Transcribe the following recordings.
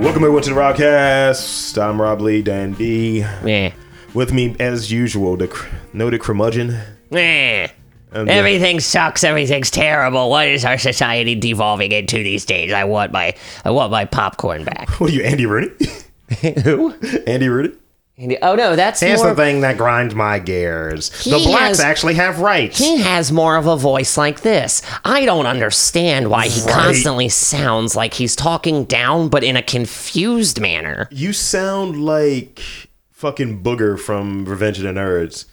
Welcome everyone to the Robcast. I'm Rob Lee, Dan B. Yeah. With me, as usual, the cr- noted curmudgeon. Eh. And the- Everything sucks. Everything's terrible. What is our society devolving into these days? I want my I want my popcorn back. what are you, Andy Rooney? Who? Andy Rooney? Oh no, that's Here's more. the thing that grinds my gears. the He blacks has- actually have rights. He has more of a voice like this. I don't understand why he constantly sounds like he's talking down, but in a confused manner. You sound like fucking Booger from Revenge of the Nerds.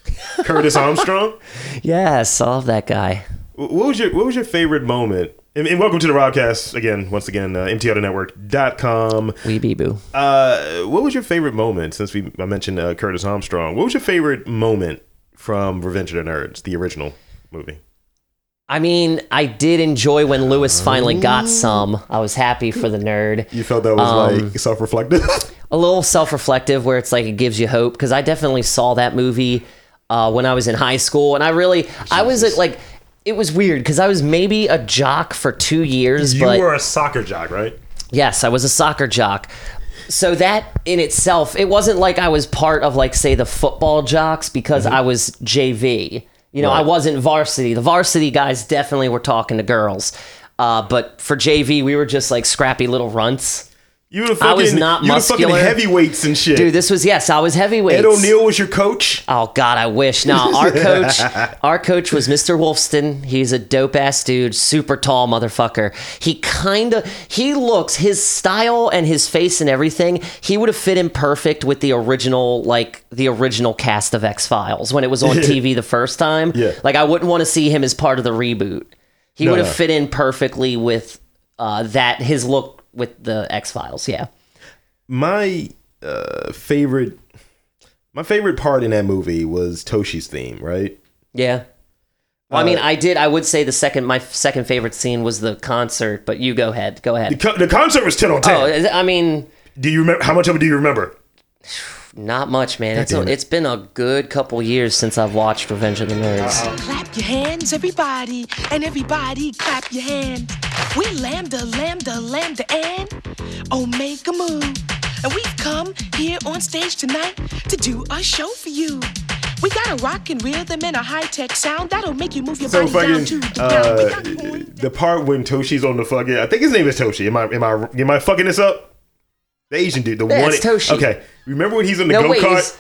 Curtis Armstrong? Yes, I love that guy. Wh- What was your What was your favorite moment? And, and welcome to the Robcast again, once again, uh, mtlnetwork.com. Weeby boo. Uh, what was your favorite moment since we I mentioned uh, Curtis Armstrong? What was your favorite moment from Revenge of the Nerds, the original movie? I mean, I did enjoy when Lewis finally got some. I was happy for the nerd. You felt that was Um, like self reflective? a little self-reflective where it's like it gives you hope because i definitely saw that movie uh, when i was in high school and i really i was like it was weird because i was maybe a jock for two years you but were a soccer jock, right? yes i was a soccer jock so that in itself it wasn't like i was part of like say the football jocks because Mm-hmm. i was jv you know i wasn't varsity the varsity guys definitely were talking to girls uh, but for jv we were just like scrappy little runts You were fucking, I was not you were fucking muscular. heavyweights and shit. dude this was yes i was heavyweight Ed O'Neill was your coach. Oh God, I wish. No, our coach, our coach was Mr. Wolfston. He's a dope ass dude, super tall motherfucker. He kind of he looks his style and his face and everything. He would have fit in perfect with the original, like the original cast of X Files when it was on TV the first time. Yeah. like I wouldn't want to see him as part of the reboot. He would have no. fit in perfectly with uh, that his look with the X Files. Yeah. my uh, favorite my favorite part in that movie was Toshi's theme, right? Yeah. Well, I mean, I did. I would say the second, my second favorite scene was the concert. But you go ahead. Go The, ahead. co- the concert was ten on ten. Oh, is- I mean, do you remember how much of it do you remember? not much, man. It's a, it's been a good couple years since I've watched Revenge of the Nerds. Clap your hands, everybody, and everybody clap your hands. We lambda, lambda, lambda, and oh, omega mu. And we've come here on stage tonight to do a show for you. We got a rockin' rhythm and a high-tech sound that'll make you move your So body down to fucking the ground. We uh, got going the part when Toshi's on the fucking I think his name is Toshi. Am I am I am I fucking this up? The Asian dude, the Yeah, one it's Toshi. Okay, remember when he's in the No go wait, kart? is,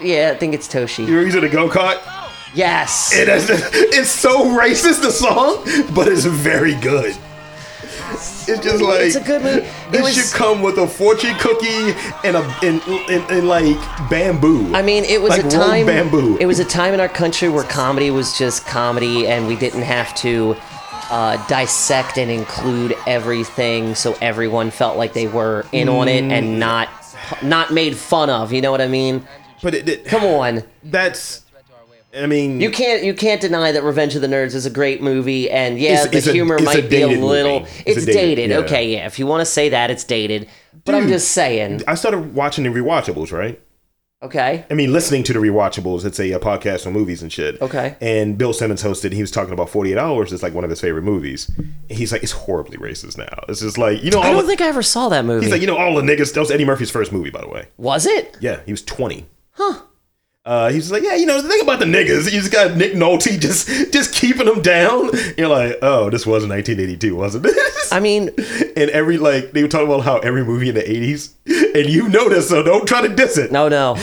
yeah, I think it's Toshi. Remember He's in the go kart. Yes. It is, it's so racist the song, but it's very good. It's just like It's a good movie. It This was. should come with a fortune cookie and a and, and, and like bamboo. I mean, it was like a rolled time. bamboo. It was a time in our country where comedy was just comedy, and we didn't have to uh, dissect and include everything, so everyone felt like they were in on it Mm. and not not made fun of. You know what I mean? but it, it- Come on, that's. I mean, you can't you can't deny that Revenge of the Nerds is a great movie, and yeah, It's- the it's a- humor it's a might be a dated little. movie. It's It's, a dated, dated. yeah. Okay, yeah. If you want to say that, it's dated. But I'm Dude. just saying. I started watching the rewatchables, right? Okay. I mean, listening to the rewatchables. It's a, uh podcast on movies and shit. Okay. And Bill Simmons hosted. He was talking about Forty Eight Hours. It's like one of his favorite movies. And he's like, it's horribly racist now. It's just like you know. I all don't the- think I ever saw that movie. He's like, you know, all the niggas. That was Eddie Murphy's first movie, by the way. was it? Yeah, he was 20. Huh. Uh, he was like, yeah, you know, the thing about the niggas, you just got Nick Nolte just just keeping them down. You're like, oh, this was 1982, wasn't it? I mean, and every like they were talking about how every movie in the 80s, and you know this, so don't try to diss it. no, no.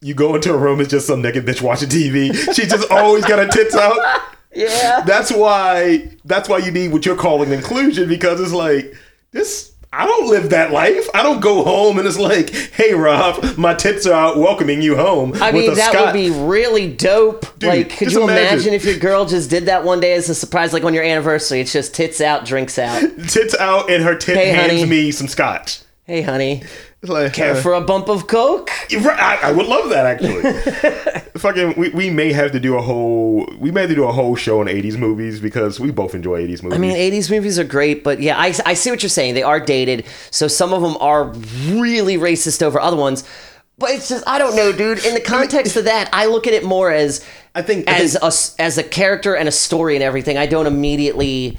You go into a room, it's just some naked bitch watching TV. She just always got her tits out. Yeah. That's why. That's why you need what you're calling inclusion because it's like this. I don't live that life. I don't go home and it's like, hey Rob, my tits are out, welcoming you home. I mean, a that Scott. would be really dope. Dude, like, could just you imagine. imagine. if your girl just did that one day as a surprise, like on your anniversary? It's just tits out, drinks out. tits out, and her tit Hey, hands honey. me some scotch. Hey, honey, It's like, care uh, for a bump of coke? you're right, I, I would love that actually. Fucking, we, we may have to do a whole. We may have to do a whole show on '80s movies because we both enjoy '80s movies. I mean, 80s movies are great, but yeah, I, I see what you're saying. They are dated, so some of them are really racist over other ones. But it's just I don't know, dude. In the context of that, I look at it more as I think- I as think- a s- as a character and a story and everything. I don't immediately.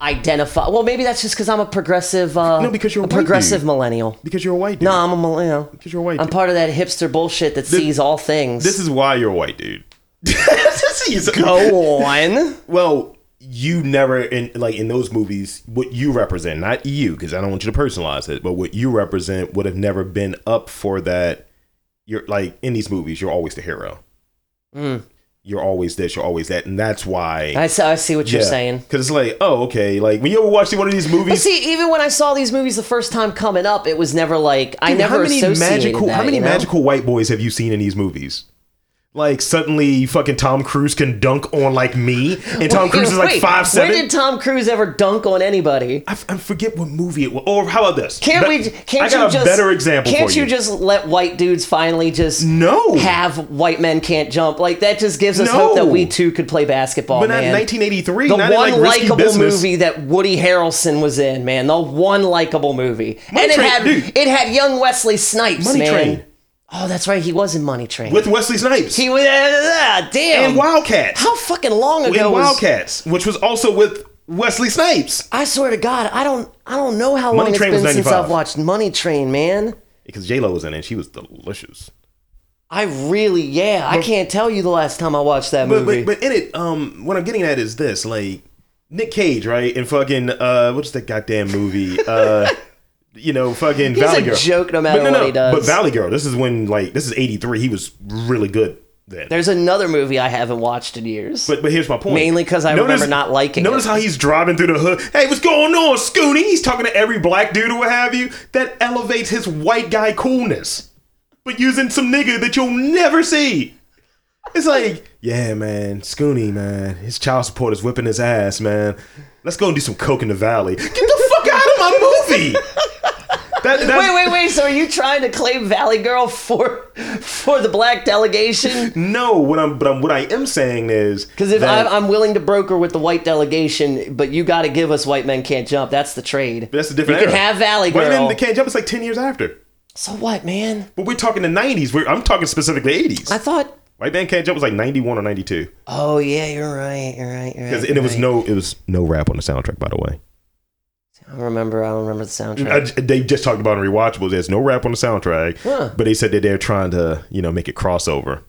identify. Well, maybe that's just because I'm a progressive. Uh, No, because you're a a white progressive dude. millennial. Because you're a white dude. No, I'm a millennial. Because you're a white I'm dude. part of that hipster bullshit that sees all things. This is why you're a white dude. He's- go on. Well, you never in like in those movies what you represent, not you, because I don't want you to personalize it, but what you represent would have never been up for that. You're like in these movies, you're always the hero. You're always this, you're always that, and that's why I see, I see Mm. what you're saying. Because it's like, oh, okay, like when you ever watch one of these But movies, see, even when I saw these movies the first time coming up, it was never like I Dude, never associated magical that, how many you know? magical white boys have you seen in these movies? Like suddenly, fucking Tom Cruise can dunk on like me, and Tom Cruise is like Wait, five seven. Where did Tom Cruise ever dunk on anybody? I, f- I forget what movie it was. Or how about this? Can't Be- we? Can't I got you a just, better example Can't for you. you just let white dudes finally just no? have white men can't jump? Like that just gives us No. hope that we too could play basketball. but not man. 1983. the not in, one like risky likable business. movie that Woody Harrelson was in, man. The one likable movie, Money and it Train, had dude. it had young Wesley Snipes, Money man. Train. Oh, that's right, he was in Money Train. with Wesley Snipes he was ah, damn. and Wildcats. How fucking long in ago was Wildcats, which was also with Wesley Snipes I swear to God, I don't I don't know how Money long Train it's was been since 95. I've watched Money Train, man. because J Lo was in it. and She was delicious. I really, yeah, I can't tell you the last time I watched that But, movie. but but in it, um, what I'm getting at is this: like Nick Cage, right? And fucking uh, what's that goddamn movie? Uh, you know, fucking He's Valley a Girl. joke no matter but what he does. But Valley Girl, this is when like this is '83. He was really good then. There's another movie I haven't watched in years. But but here's my point. Mainly 'cause I remember not liking Notice it. how he's driving through the hood. Hey, what's going on, Scooney? He's talking to every black dude or what have you. That elevates his white guy coolness. But using some nigga that you'll never see. It's like, yeah, man, Scooney, man. His child support is whipping his ass, man. Let's go and do some coke in the valley. Get the fuck out of my movie. That, that's, wait, wait, wait. So are you trying to claim Valley Girl for for the black delegation? No, what I'm but I'm, what I am saying is Because if that- I'm, I'm willing to broker with the white delegation, but you got to give us white men can't jump. That's the trade. that's a different. You can era. have Valley Wait, Girl. then the can't jump. It's like ten years after. so what, man? But we're talking the 90s. We're, I'm talking specifically 80s. I thought. White Man Can't Jump was like 91 or 92. Oh yeah, you're right. You're right. You're right. 'Cause- you're and it was right. no it was no rap on the soundtrack, by the way. I don't remember. I don't remember the soundtrack. I j- they just talked about in Rewatchables. There's no rap on the soundtrack, Huh. but they said that they're trying to, you know, make it crossover.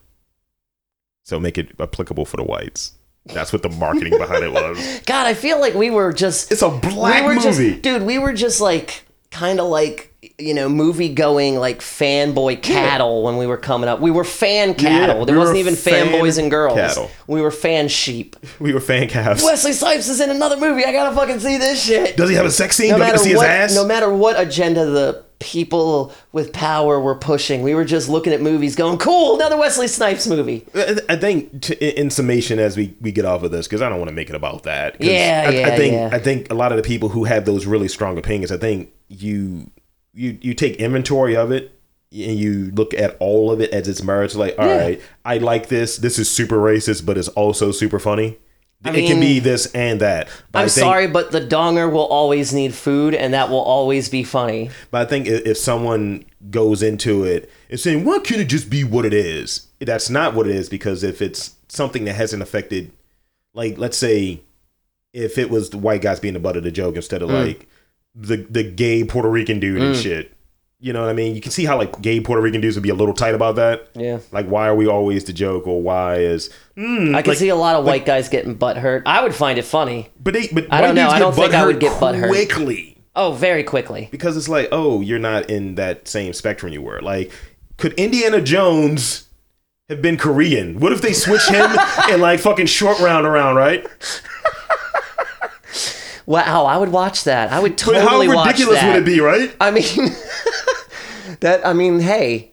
So make it applicable for the whites. That's what the marketing behind it was. God, I feel like we were just. It's a black we were movie. Just, dude, we were just like kind of like you know movie going like fanboy cattle when we were coming up. We were fan cattle. there we wasn't were even fan fanboys and girls. cattle. We were fan sheep. We were fan calves. Wesley Snipes is in another movie. I gotta fucking see this shit. Does he have a sex scene? No Do I get matter to see his what, ass? no matter what agenda the people with power were pushing, we were just looking at movies, going, "Cool, another Wesley Snipes movie." I I think to, in- in summation, as we, we get off of this, because I don't want to make it about that. 'Cause Yeah, I, yeah, I think yeah. I think a lot of the people who have those really strong opinions, I think you you you take inventory of it and you look at all of it as its merits. Like, all right, I like this. This is super racist, but it's also super funny. it mean, can be this and that. But I'm I think, sorry, but the donger will always need food, and that will always be funny. But I think if, if someone goes into it and saying, "Why can't it just be what it is?" That's not what it is because if it's something that hasn't affected, like let's say, if it was the white guys being the butt of the joke instead of Mm. like the the gay Puerto Rican dude and shit, you know what I mean? You can see how like gay Puerto Rican dudes would be a little tight about that. Yeah. Like, why are we always the joke, or why is? Hmm, I can see a lot of white guys getting butt hurt. I would find it funny. But they, but I don't white know. dudes I get don't think I butthurt would get butthurt. quickly. Oh, very quickly. because it's like, oh, you're not in that same spectrum you were. Like, could Indiana Jones have been Korean? What if they switch him and like fucking short round around, right? Wow, I would watch that. I would But totally how watch ridiculous that. would it be, right? I mean, that. I mean, hey,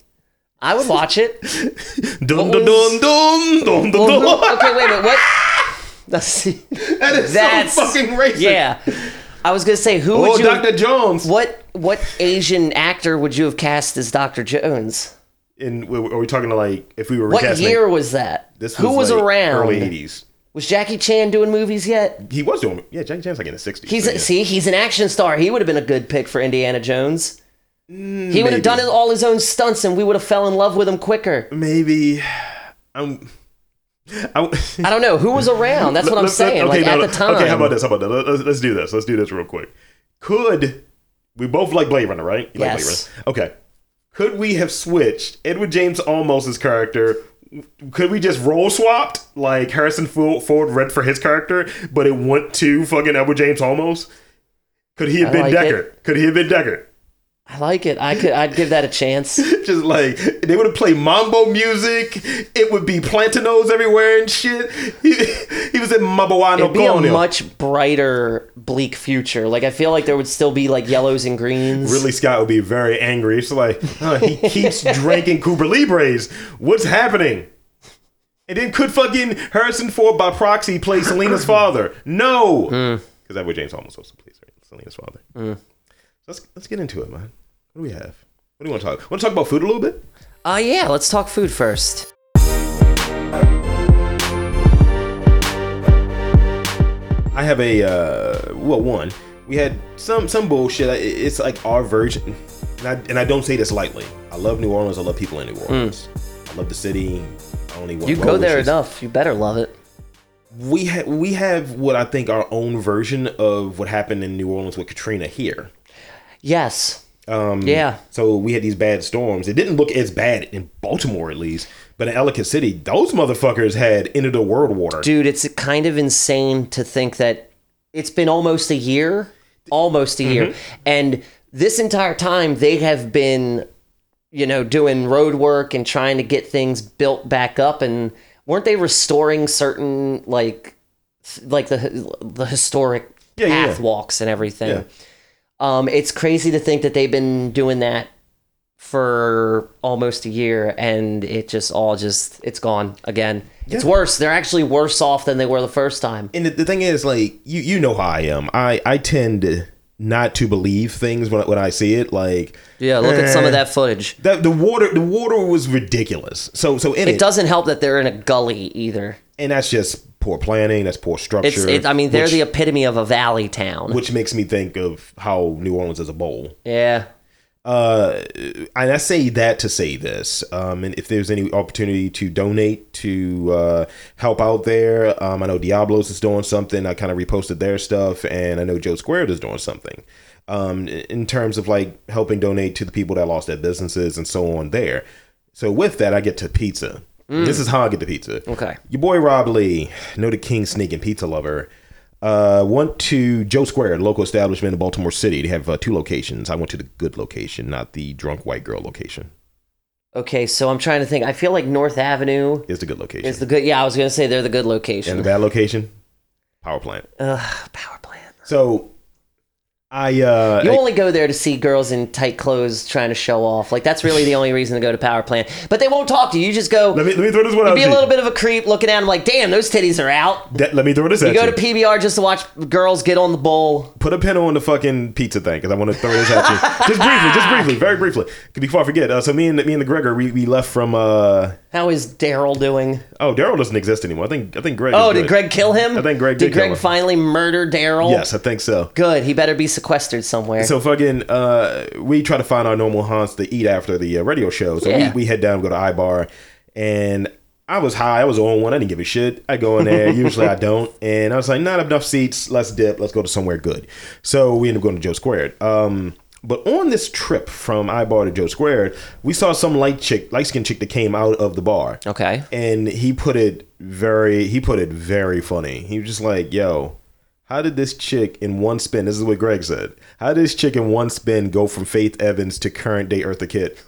I would watch it. Dum What dum was- dum dum dum dum Well, dum. no- okay, wait a minute. What? Let's see. That is That's so fucking racist. Yeah, I was gonna say who Oh, would you? Dr. Jones. What what Asian actor would you have cast as Doctor Jones? And we- are we talking to like if we were What recasting? year was that? This who was like, around? Early '80s. Was Jackie Chan doing movies yet? He was doing yeah. Jackie Chan's like in the '60s. He's so a, yeah. see, he's an action star. He would have been a good pick for Indiana Jones. he would maybe. have done it all his own stunts, and we would have fell in love with him quicker. maybe I'm um, I w- I don't know who was around. That's what I'm Let's- saying. okay, like no, at no. the time. Okay, how about this? How about that? Let- Let's, let's do this. Let's do this real quick. Could we both like Blade Runner, right? You like Blade Yes. Runner. Okay. Could we have switched Edward James Olmos's character? Could we just role swapped like Harrison Fo- Ford read for his character, but it went to fucking Edward James Olmos? Could he have I been like Deckard? Could he have been Deckard? I like it. I could. I'd give that a chance. Just like they would have played mambo music, it would be plantanos everywhere and shit. He, he was in Mabawano It'd be a Colonial. much brighter, bleak future. Like I feel like there would still be like yellows and greens. Ridley Scott would be very angry. It's like huh, he keeps drinking Cuba Libres. What's happening? And then could fucking Harrison Ford by proxy play Selena's father? No, because Hmm. that way James Holmes also plays right? Selena's father. Let's let's get into it, man. What do we have? What do you want to talk? Want to talk about food a little bit? Uh, yeah. Let's talk food first. I have a uh, well, one. We had some some bullshit. I- It's like our version, and I, and I don't say this lightly. I love New Orleans. I love people in New Orleans. I love the city. I only want Hmm. You well go there wishes. enough, you better love it. we ha- we have what I think our own version of what happened in New Orleans with Katrina here. Yes. Um. Yeah. So we had these bad storms. It didn't look as bad in Baltimore, at least, but in Ellicott City, those motherfuckers had end of the world water. dude it's kind of insane to think that it's been almost a year almost a year and this entire time they have been you know doing road work and trying to get things built back up and weren't they restoring certain like th- like the the historic Yeah, yeah, path yeah. walks and everything Yeah. um it's crazy to think that they've been doing that for almost a year and it just all just it's gone again it's worse they're actually worse off than they were the first time And the, the thing is, like you you know how I am. I I tend not to believe things when I- when I see it. Like yeah look at some Eh. of that footage the, the water the water was ridiculous. So so in it, it doesn't help that they're in a gully either and that's just poor planning. That's poor structure. it's it, i mean they're which, the epitome of a valley town which makes me think of how New Orleans is a bowl. yeah uh, and I say that to say this, um, and if there's any opportunity to donate to uh, help out there, um, I know Diablos is doing something. I kind of reposted their stuff, and I know Joe Squared is doing something um, in terms of like helping donate to the people that lost their businesses and so on. There, so with that, I get to pizza. This is how I get to pizza. Okay. your boy Rob Lee, know the King Sneak and Pizza Lover. Uh, went to Joe Square, local establishment in Baltimore City. They have uh, two locations. I went to the good location, not the drunk white girl location. okay so i'm trying to think i feel like north avenue It's the good location. is the good yeah i was gonna say they're the good and location the bad location, power plant. Ugh, power plant So, I uh, you only go there to see girls in tight clothes trying to show off. Like that's really the only reason to go to Power Plant. But they won't talk to you. You just go. let me let me throw this one You'd out. be to a you. little bit of a creep looking at him like, damn, those titties are out. That- let me throw this You at go you. to PBR just to watch girls get on the bowl. Put a pin on the fucking pizza thing because I want to throw this at you. just briefly, just briefly, very briefly. Before I forget, uh, so me and me and the Gregor, we, we left from. Uh, How is Daryl doing? oh, Daryl doesn't exist anymore. I think I think Greg. is Oh, did good. Greg kill him? I think Greg did. did kill Greg him. finally murder Daryl? Yes, I think so. Good. He better be sequestered somewhere. So fucking, uh, we try to find our normal haunts to eat after the uh, radio show. So Yeah. we, we head down, go to iBar, and I was high. I was on one. I didn't give a shit. I go in there. Usually I don't. And I was like, not enough seats. Let's dip. Let's go to somewhere good. So we end up going to Joe Squared. Um, but on this trip from iBar to Joe Squared, we saw some light chick, light skinned chick that came out of the bar. okay. And he put it very, he put it very funny. He was just like, yo, how did this chick in one spin, this is what Greg said, how did this chick in one spin go from Faith Evans to current day Eartha Kitt?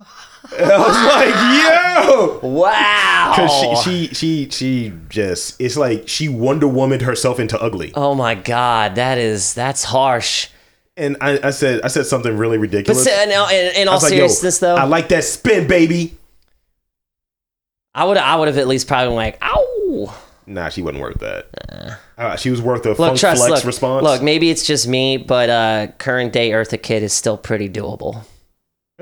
And I was like, yo! Wow. 'Cause She, she, she, she just, it's like she Wonder Woman herself into ugly. oh my God. That is, that's harsh. And I, I said, I said something really But ridiculous. se- in, all- in, I in all was like, yo, seriousness, though, I like that spin, baby. I would I would have at least probably been like, ow. Nah, she wasn't worth that. Uh, she was worth a Look, funk trust. flex Look, response. look, maybe it's just me, but uh, current day Eartha Kid is still pretty doable. Uh,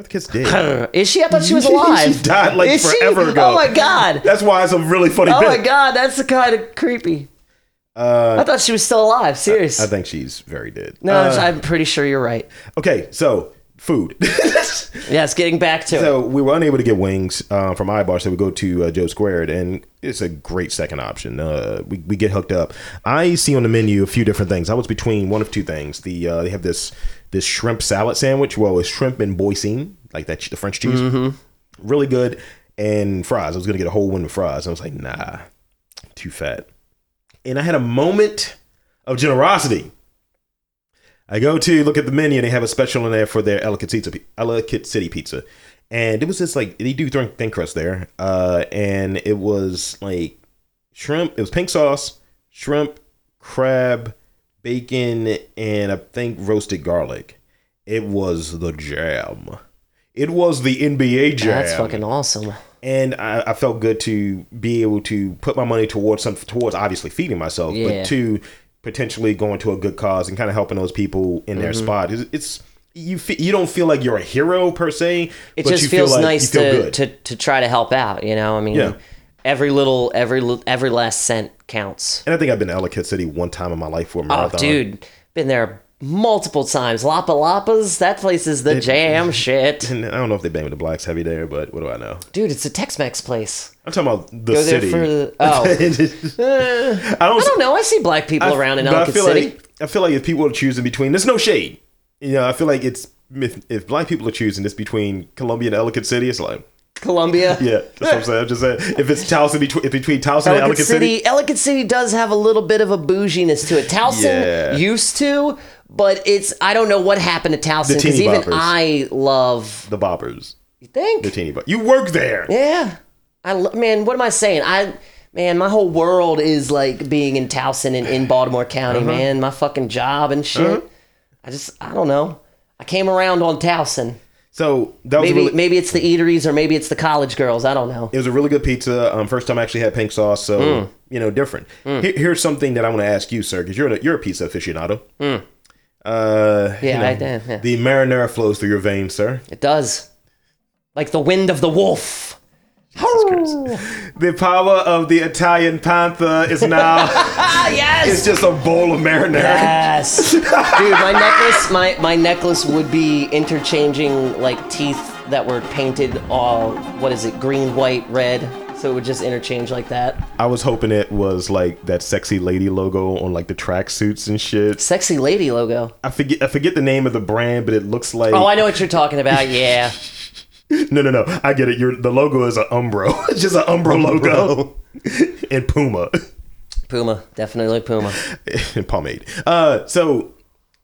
Eartha Kitt's dead. Is she? I thought she was alive. she died like Is she? forever ago. Oh my god. That's why it's a really funny. Oh my bit. god, that's kind of creepy. I thought she was still alive. Serious. I think she's very dead. no, Uh, Uh, I'm pretty sure you're right. okay, so food. Yes, getting back to it. So we were unable to get wings uh, from iBar, so we go to uh, Joe Squared, and it's a great second option. Uh, we, we get hooked up. I see on the menu a few different things. I was between one of two things. The uh, they have this this shrimp salad sandwich. Well, it's shrimp and boisine, like that the French cheese, Mm-hmm. really good, and fries. I was gonna get a whole one with fries. I was like, nah, too fat. And I had a moment of generosity. I go to look at the menu and they have a special in there for their Ellicott City, Ellicott City pizza. And it was just like they do thin thin crust there. Uh, and it was like shrimp, it was pink sauce, shrimp, crab, bacon, and I think roasted garlic. It was the jam. It was the NBA jam That's fucking awesome. and I, I felt good to be able to put my money towards some towards obviously feeding myself, Yeah. but to potentially going to a good cause and kind of helping those people in Mm-hmm. their spot. It's, it's you fe- you don't feel like you're a hero per se. It but just you feels feel like nice you feel to, good. to to try to help out. You know, I mean, Yeah. every little every li- every last cent counts. And I think I've been to Ellicott City one time in my life for a Oh, marathon. dude, been there multiple times. Lapa Lapas, that place is the jam shit. And I don't know if they bang with the blacks heavy there, but what do I know? Dude, it's a Tex-Mex place. I'm talking about the Go there city. for the, oh, I I don't. don't know. I see black people I- around in but Ellicott I feel City. Like, I feel like if people are choosing between, there's no shade. You know, I feel like it's if, if black people are choosing this between Columbia and Ellicott City, it's like Columbia. yeah, that's what I'm saying. I'm just saying if it's Towson between if between Towson and Ellicott, Ellicott City, City, Ellicott City does have a little bit of a bouginess to it. Towson Yeah. used to, but it's I don't know what happened to Towson The because teeny even boppers. I love. the Bobbers, You think? the teeny Bob. You work there. yeah. I lo- man, what am I saying? I man, my whole world is like being in Towson and in Baltimore County, man. My fucking job and shit. I just I don't know. I came around on Towson. So that was Maybe really, maybe it's the eateries or maybe it's the college girls. I don't know. it was a really good pizza. Um, first time I actually had pink sauce, so Mm. you know different. Here, here's something that I want to ask you, sir, because you're a, you're a pizza aficionado. Uh, Mm. Yeah, you know, I did, yeah. The marinara flows through your veins, sir. It does. Like the wind of the wolf. The power of the Italian panther is now Ah yes. it's just a bowl of marinara. Yes, dude, my necklace, my my necklace would be interchanging like teeth that were painted all what is it, green, white, red. So it would just interchange like that. I was hoping it was like that sexy lady logo on like the tracksuits and shit. Sexy lady logo. I forget I forget the name of the brand, but it looks like Oh, I know what you're talking about. Yeah, No, no, no. I get it. Your the logo is an Umbro. It's just an Umbro logo. and Puma. Puma, definitely Puma. and pomade. Uh so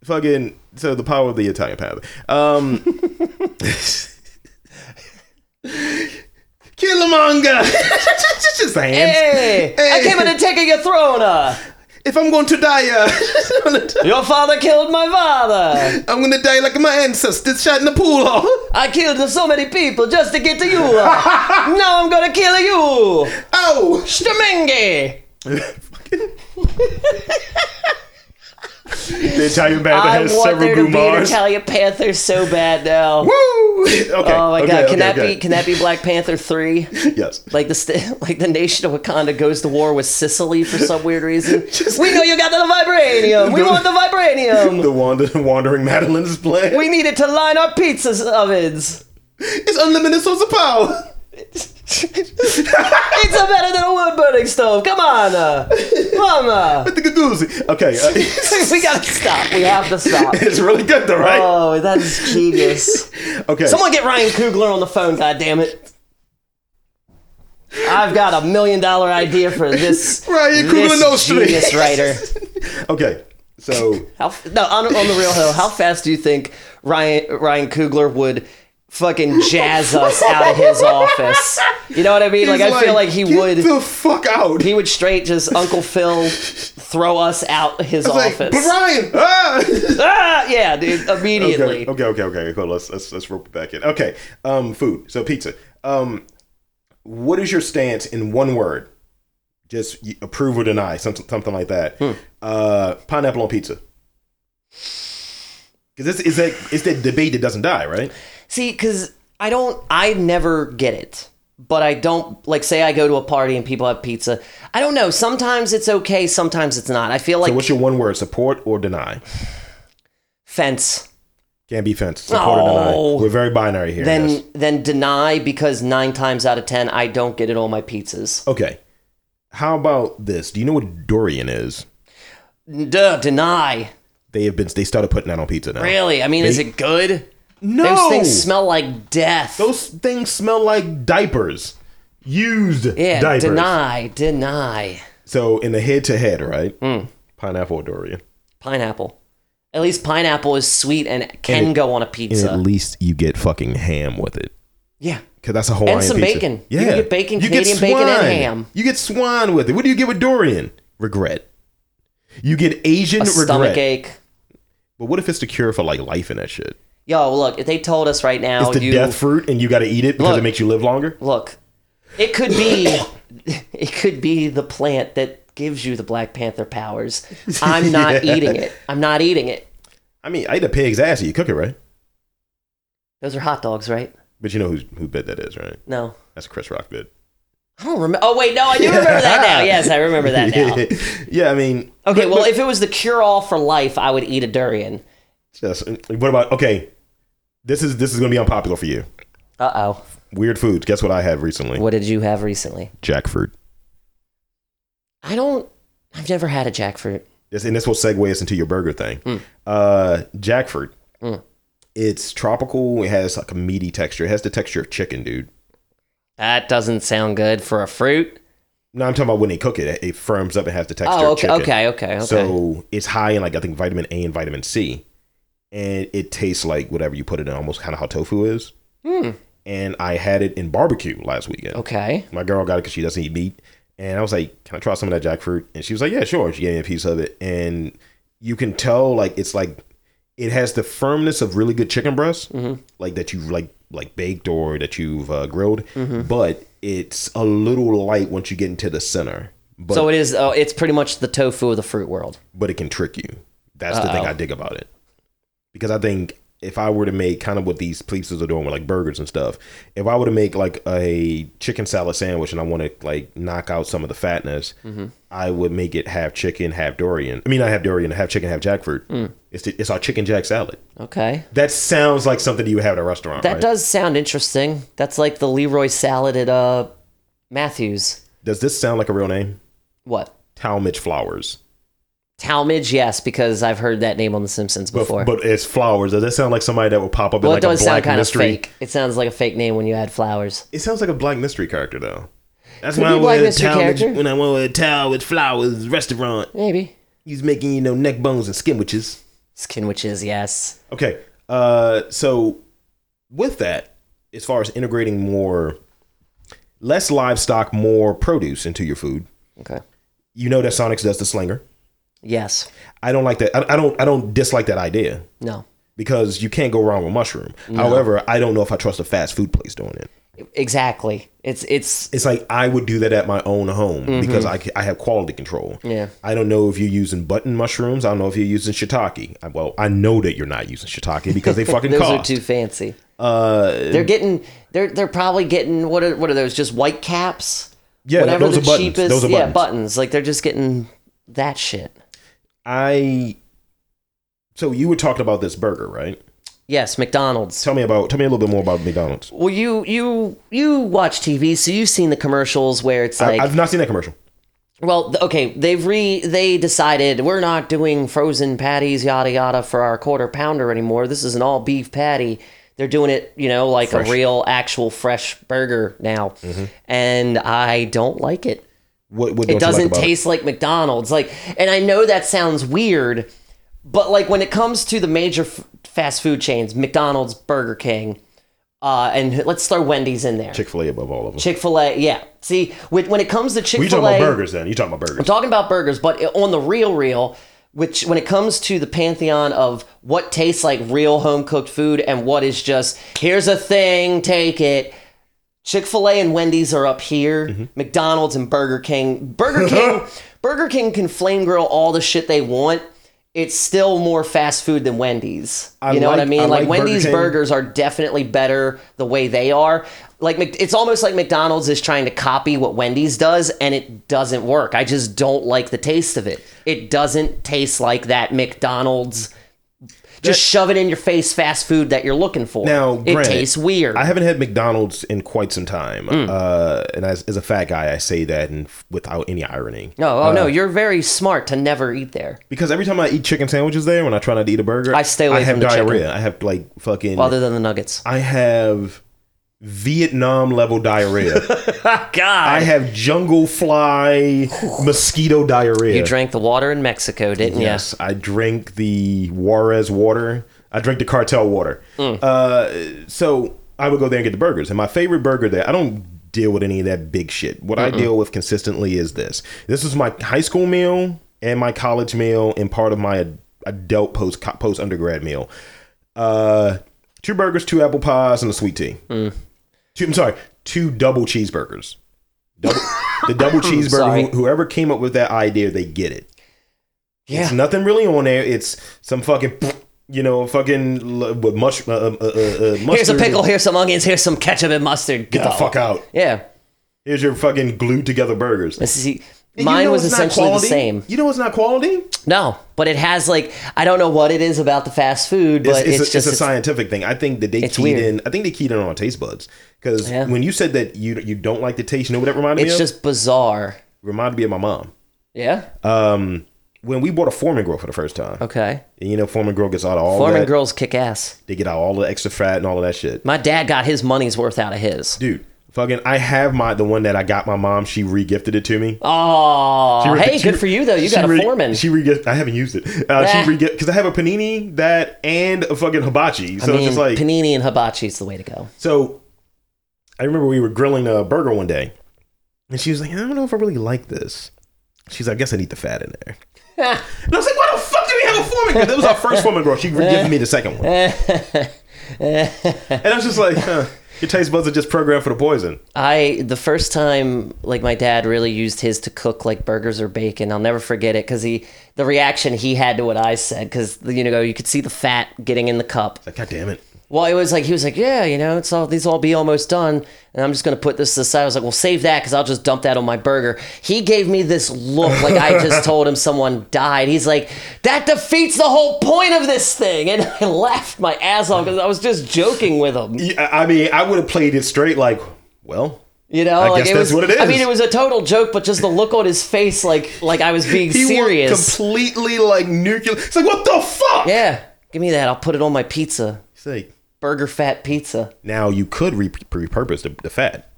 fucking so the power of the Italian panther. Um Killmonger! just hands. Hey, I came in to take your throne. Uh, If I'm going to die, uh, I'm gonna die- your father killed my father. I'm gonna die like my ancestors shot in the pool hall. I killed so many people just to get to you. uh. now I'm gonna kill you, Oh! Stamenge. The Italian panther I has want there several to be an boomars. Italian Panther so bad now. Woo! Okay. Oh my okay, god, okay, can that okay. be can that be Black Panther three? Yes. Like the st- like the nation of Wakanda goes to war with Sicily for some weird reason. we know you got the vibranium. We The- want the vibranium. The wander- wandering Madeline's plan. um, we need it to line our pizzas ovens. it's unlimited source of power. It's a better than a wood burning stove. Come on, uh, mama. The Gagoozy. Okay. uh, we gotta stop. We have to stop. it's really good though, right? Oh, that is genius. okay. Uh, Someone get Ryan Coogler on the phone, goddammit. I've got a million dollar idea for this. Ryan Coogler this knows straight. genius writer. okay. So How, f- no, on, on the real hill, how fast do you think Ryan Ryan Coogler would fucking jazz us out of his office? You know what I mean? Like he's I feel like he "Get would the fuck out. he would straight just Uncle Phil throw us out his It's like, office. but Ryan. Ah! ah, yeah, dude, immediately. Okay, okay, okay, okay. Cool. Let's let's let's rope it back in. Okay. Um, food. So pizza. Um, what is your stance in one word? Just y- approve or deny, something something like that. Hmm. Uh, pineapple on pizza. Because this is that it's that debate that doesn't die, right? See, because I don't, I never get it. But I don't like say I go to a party and people have pizza. I don't know. Sometimes it's okay, sometimes it's not. I feel like So what's your one word? Support or deny? fence. Can't be fenced. Support or deny. Oh. We're very binary here. Then yes. then deny because nine times out of ten I don't get it on my pizzas. okay. How about this? Do you know what durian is? Duh, deny. They have been. They started putting that on pizza now. Really? I mean, is They- it good? No. Those things smell like death. Those things smell like diapers. Used yeah, diapers. deny, deny. So in the head to head, right? Mm. Pineapple or durian. Pineapple. At least pineapple is sweet and can And it- go on a And pizza. at least you get fucking ham with it. yeah. Cause that's a Hawaiian some pizza. bacon. You can get bacon, Canadian bacon, and ham. You get swan with it. What do you get with Dorian? Regret. You get Asian A regret. stomach ache. But what if it's the cure for like life and that shit? Yo, look, if they told us right now It's the you death fruit, and you got to eat it because Look. it makes you live longer. look. It could be it could be the plant that gives you the Black Panther powers. I'm not Yeah. eating it. I'm not eating it. I mean, I eat a pig's ass. You cook it right, Those are hot dogs, right? but you know who's, who bid that is, right? No. That's Chris Rock bid. I don't remember. Oh wait, no, I do remember that now. Yes, I remember that now. yeah, I mean, Okay, well, if it was the cure all for life, I would eat a durian. just, what about okay? This is this is gonna be unpopular for you. Uh oh. Weird foods. Guess what I had recently? What did you have recently? Jackfruit. I don't. I've never had a jackfruit. this, and this will segue us into your burger thing. Mm. Uh, jackfruit. It's tropical. It has like a meaty texture. It has the texture of chicken, dude. That doesn't sound good for a fruit. No, I'm talking about when they cook it. It firms up. It has the texture Oh, of okay, chicken. okay, okay, okay. So it's high in like I think vitamin A and vitamin C, and it tastes like whatever you put it in, almost kind of how tofu is. Hmm. And I had it in barbecue last weekend. Okay. My girl got it because she doesn't eat meat. And I was like, "Can I try some of that jackfruit?" And she was like, "Yeah, sure." She gave me a piece of it, and you can tell like it's like it has the firmness of really good chicken breast, like that you've like like baked or that you've uh, grilled, but it's a little light once you get into the center. But so it is. Oh, it's pretty much the tofu of the fruit world. but it can trick you. That's the thing Uh-oh. I dig about it. Because I think if I were to make kind of what these places are doing with like burgers and stuff, if I were to make like a chicken salad sandwich and I want to like knock out some of the fatness, Mm-hmm. I would make it half chicken, half Dorian. I mean, not half Dorian, half chicken, half jackfruit. Mm. It's the, it's our chicken jack salad. Okay. That sounds like something you would have at a restaurant. That right? does sound interesting. That's like the Leroy salad at uh Matthews. Does this sound like a real name? What? Talmadge Flowers. Talmadge, yes, because I've heard that name on The Simpsons But, before. but it's flowers. Does that sound like somebody that would pop up well, in like it does a black sound kind mystery? of fake. It sounds like a fake name when you add flowers. It sounds like a black mystery character though. That's Could when be I, black went to mystery town, character. when I went with Tal with Flowers restaurant. Maybe. He's making, you know, neck bones and skin witches. Skin witches, yes. Okay. Uh so with that, as far as integrating more less livestock, more produce into your food, Okay. you know that Sonics does the slinger. Yes. I don't like that. I, I don't I don't dislike that idea No. because you can't go wrong with mushroom. However, I don't know if I trust a fast food place doing it. Exactly. It's it's it's like I would do that at my own home because I, c- I have quality control. Mm-hmm. Yeah. I don't know if you're using button mushrooms. I don't know if you're using shiitake. I, well, I know that you're not using shiitake because they fucking those cost. are too fancy. Uh, they're getting they're they're probably getting what are what are those? Just white caps? Yeah, Whatever those the are buttons. cheapest Those are yeah, buttons. buttons. Like they're just getting that shit. I so you were talking about this burger, right? Yes, McDonald's. Tell me about tell me a little bit more about McDonald's. Well you you you watch TV, so you've seen the commercials where it's like I, I've not seen that commercial. Well, th- okay, they've re they decided we're not doing frozen patties yada yada for our quarter pounder anymore. This is an all beef patty. They're doing it, you know, like a real actual fresh burger now. And I don't like it. What, what don't It Mm-hmm. you like doesn't about taste like McDonald's. Like and I know that sounds weird, but like when it comes to the major f- fast food chains, McDonald's, Burger King, uh and let's throw Wendy's in there. Chick Fil A above all of them. Chick-fil-A, yeah. See, with, when it comes to Chick-fil-A you talking about burgers then? You talking about burgers? I'm talking about burgers, but on the real, real, which when it comes to the pantheon of what tastes like real home cooked food and what is just here's a thing, take it. Chick Fil A and Wendy's are up here. Mm-hmm. McDonald's and Burger King. Burger King, Burger King can flame grill all the shit they want. It's still more fast food than Wendy's. I you know what I like- mean? I like like Burger Wendy's King. burgers are definitely better the way they are. Like Mc- it's almost like McDonald's is trying to copy what Wendy's does, and it doesn't work. I just don't like the taste of it. It doesn't taste like that McDonald's just shove it in your face fast food that you're looking for. Now, it granted, tastes weird. I haven't had McDonald's in quite some time, Mm. uh, and as, as a fat guy, I say that and without any irony. no, oh no, you're very smart to never eat there. Because every time I eat chicken sandwiches there, when I try not to eat a burger, I stay away I have from the chicken. diarrhea. I have like fucking. Other than the nuggets, I have Vietnam level diarrhea. I God, have jungle fly mosquito diarrhea. you drank the water in Mexico, didn't Yes, I drank the Juarez water. I drank the cartel water. Uh, so I would go there and get the burgers. And my favorite burger there, I don't deal with any of that big shit. What I deal with consistently is this. This is my high school meal and my college meal and part of my ad- adult post post undergrad meal. Uh, two burgers, two apple pies, and a sweet tea. Two, I'm sorry, two double cheeseburgers. Double, the double Sorry. cheeseburger. wh- Whoever came up with that idea, they get it. you? It's nothing really on there. It's some fucking, you know, fucking l- with mush, uh, uh, uh, uh, mustard. Here's a pickle. Here's some onions. Here's some ketchup and mustard. Get the Go. fuck out. Yeah. Here's your fucking glued together burgers. This is- And you mine know was it's not essentially the quality? same. You know it's not quality? No, but it has like I don't know what it is about the fast food, It's, but it's it's, a, just it's a scientific thing. I think that they It's keyed weird. in. I think they keyed in on taste buds because Yeah. when you said that you you don't like the taste, you know what that reminded me it's of? just bizarre. reminded me of my mom. Yeah. Um, when we bought a Foreman grill for the first time, okay. and you know Foreman grill gets out of all Foreman that. girls kick ass. They get out all the extra fat and all of that shit. My dad got his money's worth out of his. dude. Fucking, I have my the one that I got my mom. She regifted it to me. Oh, She re- hey, she- good for you though. You she got a re- foreman. She regift. I haven't used it. Uh, Ah. She regift because I have a panini that and a fucking hibachi. So I it's mean, just like panini and hibachi is the way to go. so. I remember we were grilling a burger one day, and she was like, "I don't know if I really like this." She's like, "I guess I need the fat in there." and I was like, "Why the fuck do we have a foreman?" Because that was our first foreman girl. She regifted me the second one, and I was just like, huh, "Your taste buds are just programmed for the poison." I the first time like my dad really used his to cook like burgers or bacon. I'll never forget it because he the reaction he had to what I said because you know you could see the fat getting in the cup. Like, God damn it. Well, it was like he was like, yeah, you know, it's all these will all be almost done, and I'm just gonna put this to the side. I was like, well, save that because I'll just dump that on my burger. He gave me this look like I just told him someone died. He's like, that defeats the whole point of this thing, and I laughed my ass off because I was just joking with him. Yeah, I I mean, I would have played it straight like, well, You know, I like guess it that's was. what it I is. mean, it was a total joke, but just the look on his face, like like I was being he serious. was completely like nuclear. It's like, what the fuck? yeah, give me that. I'll put it on my pizza, It's like, burger fat pizza. now you could re- repurpose the, the fat.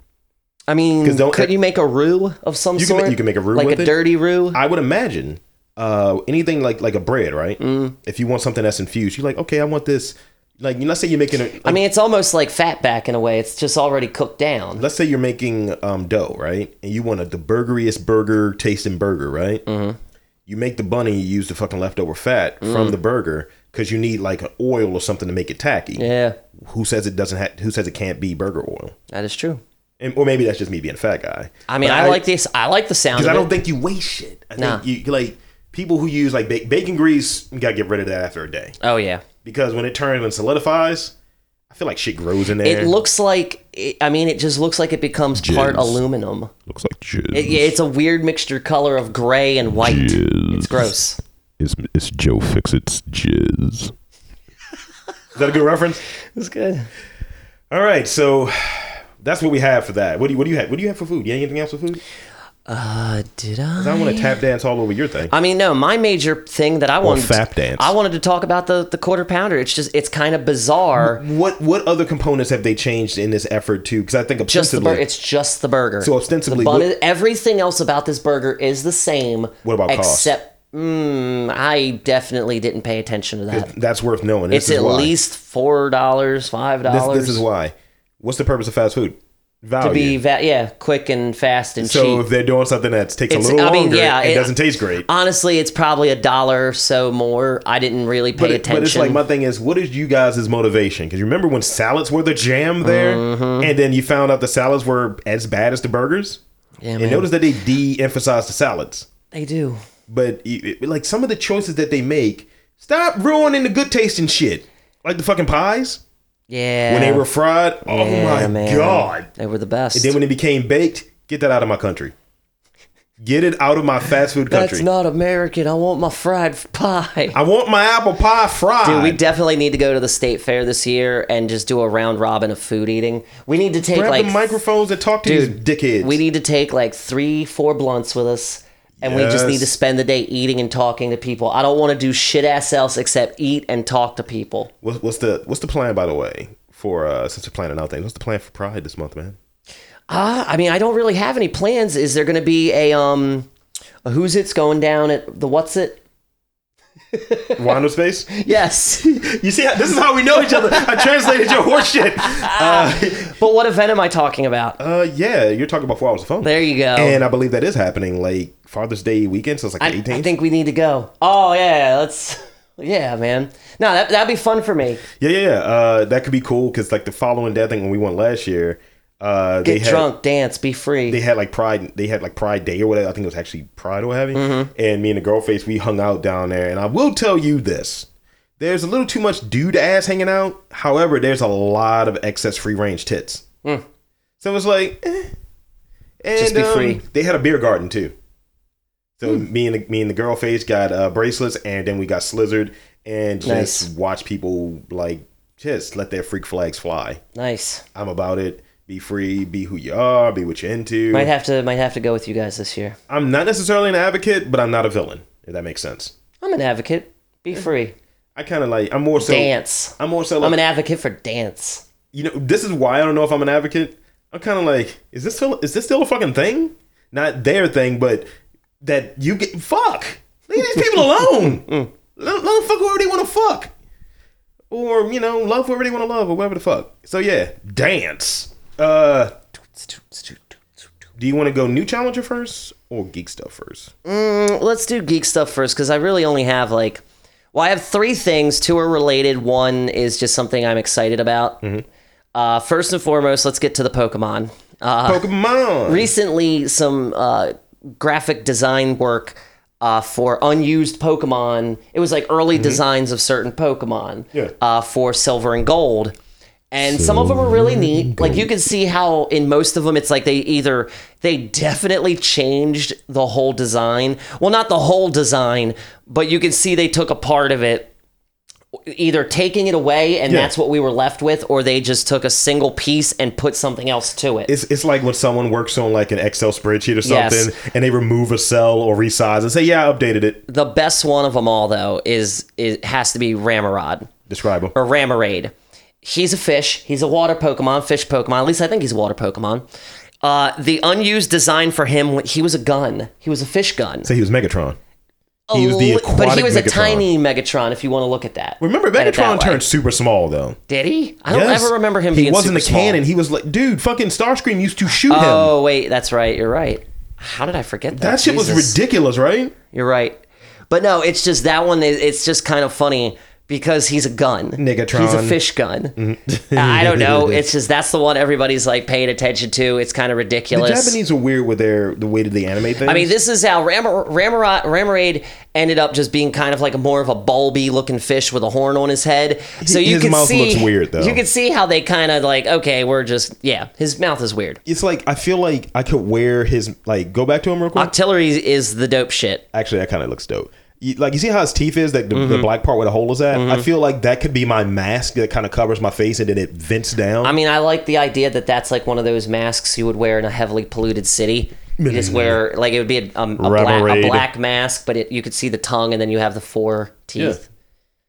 I mean, 'Cause don't- e could you make a roux of some You can sort? ma- you can make a roux like with a it. dirty roux. I would imagine uh, anything like like a bread, right? Mm. If you want something that's infused, you're like, okay, I want this. Like, let's say you're making a. I mean, it's almost like fatback in a way. It's just already cooked down. let's say you're making um, dough, right? And you want a, the burgeriest burger tasting burger, right? Mm-hmm. You make the bunny, you use the fucking leftover fat Mm. from the burger because you need like an oil or something to make it tacky. Yeah, who says it doesn't have who says it can't be burger oil that is true. and, or maybe that's just me being a fat guy I mean, But I, like this. I like the sound. because Of i don't it. think you waste shit i Nah. think you like people who use like ba- bacon grease you gotta get rid of that after a day oh yeah, because when it turns and solidifies i feel like shit grows in there it looks like. It, I mean, it just looks like it becomes part Jizz. aluminum. looks like shit It, yeah, it's a weird mixture color of gray and white. It's gross. it's, it's joe fix it's jizz is that a good reference It's good. all right so that's what we have for that what do you what do you have what do you have for food you have anything else for food 'Cause Uh, did I? i want to tap dance all over your thing I mean, no. My major thing that I wanted, fap dance. I wanted to talk about the the quarter pounder. It's just, it's kind of bizarre. What what other components have they changed in this effort too? Because I think Just the ostensibly, bur- it's just the burger. So ostensibly, the bun what- is- everything else about this burger is the same. What about cost? except? Mm, I definitely didn't pay attention to that. that's worth knowing. This It's is at why. least four dollars, five this, dollars. this is why. What's the purpose of fast food? Value. to be va- yeah, quick and fast and so cheap. if they're doing something that takes It's- a little I mean, longer, yeah, it, it- doesn't taste great. Honestly, it's probably a dollar or so more. I didn't really pay but, it- attention. but it's like my thing is, what is you guys' motivation? Because you remember when salads were the jam there, Mm-hmm. and then you found out the salads were as bad as the burgers. Yeah, and man. notice that they de-emphasized the salads, they do. but it- it- like some of the choices that they make, stop ruining the good tasting shit, like the fucking pies. Yeah. when they were fried. Oh Yeah, my man. god! They were the best. Then when it became baked, get that out of my country. Get it out of my fast food country. That's not American. I want my fried pie. I want my apple pie fried. Dude, we definitely need to go to the state fair this year and just do a round robin of food eating. We need to take Grab like the microphones and talk to dude, these dickheads. We need to take like three, four blunts with us, and we just Yes. need to spend the day eating and talking to people. I don't want to do shit ass else except eat and talk to people. What, what's the what's the plan by the way for uh since we're planning out things? What's the plan for Pride this month, man? Uh, I mean, I don't really have any plans. Is there going to be a um, a who's it's going down at the what's it? Wando space. Yes, You see, how, this is how we know each other. I translated your horseshit. but what event am I talking about? Uh, yeah, you're talking about four hours of fun. There you go. And I believe that is happening like Father's Day weekend, so it's like I, the I 18th. think we need to go. Oh yeah, let's. Yeah, man. No, that that'd be fun for me. yeah, yeah, yeah. Uh, that could be cool because like the following day, I think when we went last year, uh, they Get had, drunk, dance, be free. they had like pride they had like pride day or whatever i think it was actually pride or what have you Mm-hmm. and me and the girl face we hung out down there and i will tell you this there's a little too much dude ass hanging out however there's a lot of excess free range tits so it's like eh. and Mm. Just be um, free. Hmm. they had a beer garden too so me and the, me and the girl face got uh, bracelets and then we got slizzard and just Nice. watch people like just let their freak flags fly nice. i'm about it be free be who you are be what you're into Might have to might have to go with you guys this year. I'm not necessarily an advocate, but I'm not a villain. If that makes sense. I'm an advocate. Be free. I kind of like. I'm more so. Dance. I'm more so. Like, I'm an advocate for dance. you know, this is why I don't know if I'm an advocate. I'm kind of like, is this still is this still a fucking thing? Not their thing, but that you get fuck. Leave these people alone. Mm. let, let them fuck whoever they want to fuck, or you know, love whoever they want to love, or whatever the fuck. So yeah, dance. Uh, do you want to go new challenger first or geek stuff first? Mm, Let's do geek stuff first because I really only have like, well, I have three things. Two are related. One is just something I'm excited about. Mm-hmm. Uh, first and foremost, let's get to the Pokemon. Uh, Pokemon. recently some uh, graphic design work uh, for unused Pokemon. It was like early designs of certain Pokemon Mm-hmm. Yeah. uh, for Silver and Gold. And some of them are really neat. Like you can see how in most of them it's like they either they definitely changed the whole design. Well, not the whole design, but you can see they took a part of it either taking it away and Yeah. that's what we were left with or they just took a single piece and put something else to it. It's, it's like when someone works on like an Excel spreadsheet or Yes. something, and they remove a cell or resize and say, "Yeah, I updated it." the best one of them all though is it has to be Ramorod Describe them. or Ramarade. He's a fish. He's a water Pokemon, fish Pokemon. At least I think he's a water Pokemon. Uh, the unused design for him, he was a gun. He was a fish gun. Say he was Megatron. He was the A li- Oh, but he aquatic was a Megatron. tiny Megatron. If you want to look at that, Remember, At it that Megatron way. turned super small though. Did he? I don't Yes. ever remember him. He being wasn't super a cannon. Small. He was like, dude, fucking Starscream used to shoot him. Oh wait, that's right. You're right. How did I forget that? That shit was Jesus. ridiculous, right? You're right. But no, it's just that one. is- It's just kind of funny because he's a gun. Negatron. Mm-hmm. He's a fish gun. I don't know. It's just that's the one everybody's like paying attention to. It's kind of The ridiculous. Japanese are weird with their the way that they animate things. I mean, this is how Ramor- Ramorod- Ramorade ended up just being kind of like a more of a bulby looking fish with a horn on his head. So you His can mouth see looks weird, though. You can see how they kind of like okay, we're just yeah. His mouth is weird. it's like I feel like I could wear his like go back to him real quick. Octillery is the dope shit. Actually, that kind of looks dope. You, like you see how his teeth is, like the, the Mm-hmm. black part where the hole is at. I feel like that could be my mask that kind of covers my face and then it vents down. I mean, I like the idea that that's like one of those masks you would wear in a heavily polluted city. You just wear like it would be a, um, a, black, a Rubberade. black mask, but it, you could see the tongue, and then you have the four teeth.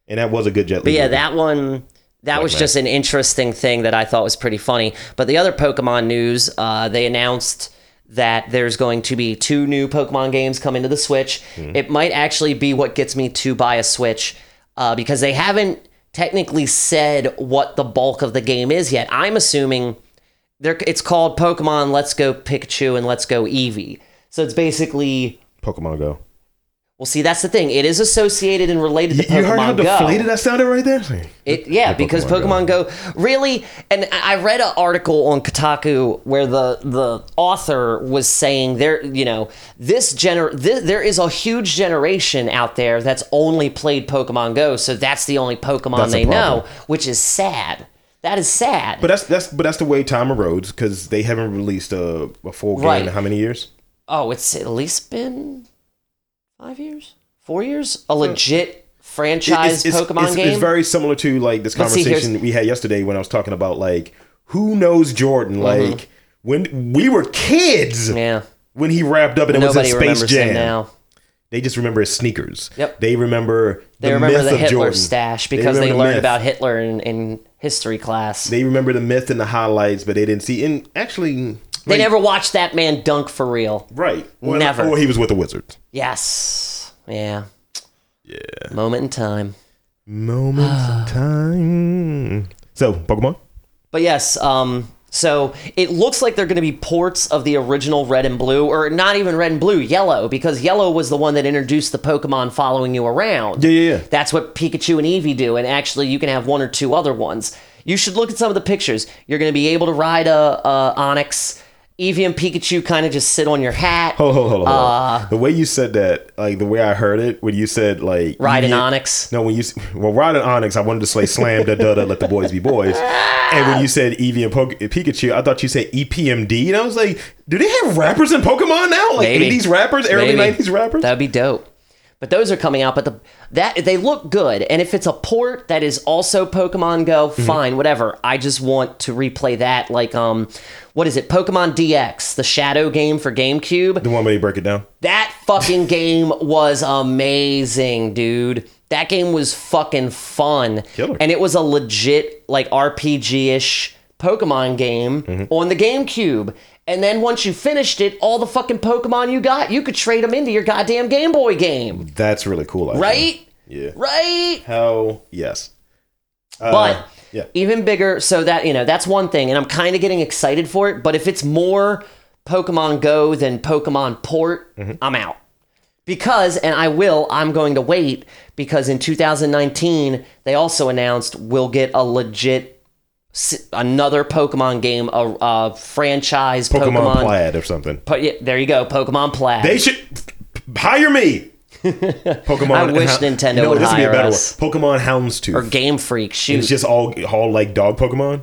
and that was a good jet. But yeah, that one that was just an interesting thing that I thought was pretty funny. But the other Pokemon news, uh, they announced that there's going to be two new Pokemon games coming to the Switch. Hmm. It might actually be what gets me to buy a Switch uh, because they haven't technically said what the bulk of the game is yet. I'm assuming they're, it's called Pokemon Let's Go Pikachu and Let's Go Eevee. So it's basically Pokemon Go. well, see, that's the thing. It is associated and related to Pokemon you heard how Go. deflated that sounded right there. It, yeah, because Pokemon Go. really, and I I read an article on Kotaku where the the author was saying there, you know, this gener th- there is a huge generation out there that's only played Pokemon Go, so that's the only Pokemon That's a they know, problem. which is sad. That is sad. But that's that's but that's the way time erodes because they haven't released a, a full game Right. in how many years? oh, it's at least been five years, four years. A legit franchise Pokemon it's, game. It's very similar to like this Let's see, here's- conversation we had yesterday when I was talking about like who knows Jordan. Like when we were kids Mm-hmm. yeah. when he wrapped up and it was in Nobody Space remembers Jam. him now. They just remember his sneakers. Yep. They remember They the remember myth the of Hitler Jordan. stash because they, remember the learned myth. about Hitler in, in history class. They, They remember the myth and the highlights, but they didn't see. And actually, like, never watched that man dunk for real. right. Or- never. Or he was with the Wizards. Yes. Yeah. Yeah. Moment in time. Moments in time. So Pokemon. But yes, um, so it looks like they're going to be ports of the original Red and Blue, or not even Red and Blue, Yellow, because Yellow was the one that introduced the Pokemon following you around. Yeah, yeah, yeah. That's what Pikachu and Eevee do, and actually, you can have one or two other ones. You should look at some of the pictures. You're going to be able to ride a, a Onyx. Eevee and Pikachu kind of just sit on your hat. Hold, hold, hold, hold, Ah. hold. the way you said that, like the way I heard it, when you said like Ride an Eevee- Onyx. No, when you s- well ride an Onyx, I wanted to say slam da da da, let the boys be boys. And when you said Eevee and Poke- uh, Pikachu, I thought you said E EPMD, and I was like, do they have rappers in Pokemon now? Like Maybe. eighties rappers, early Maybe. nineties rappers? That'd be dope. But those are coming out. But the that they look good, and if it's a port that is also Pokemon Go, Mm-hmm. fine, whatever. I just want to replay that, like um, what is it? Pokemon DX, the Shadow game for GameCube. the one where they break it down. That fucking game was amazing, dude. That game was fucking fun. Killer. And it was a legit, like, RPG ish Pokemon game Mm-hmm. on the GameCube. And then once you finished it, all the fucking Pokemon you got, you could trade them into your goddamn Game Boy game. That's really cool. I think. Right? Yeah. Right? Hell yes. Uh, But yeah. even bigger, so that you know, that's one thing, and I'm kind of getting excited for it. But if it's more Pokemon Go than Pokemon Port, Mm-hmm. I'm out because, and I will, I'm going to wait because in 2019 they also announced we'll get a legit s- another Pokemon game, a, a franchise Pokemon, Pokemon. Plaid or something. Po- yeah, there you go, Pokemon Plaid. They should hire me. Pokemon. I wish Hou- Nintendo No, would this be a hire better us. one. Pokemon Houndstooth. or Game Freak. Shoot, It's just all all like dog Pokemon.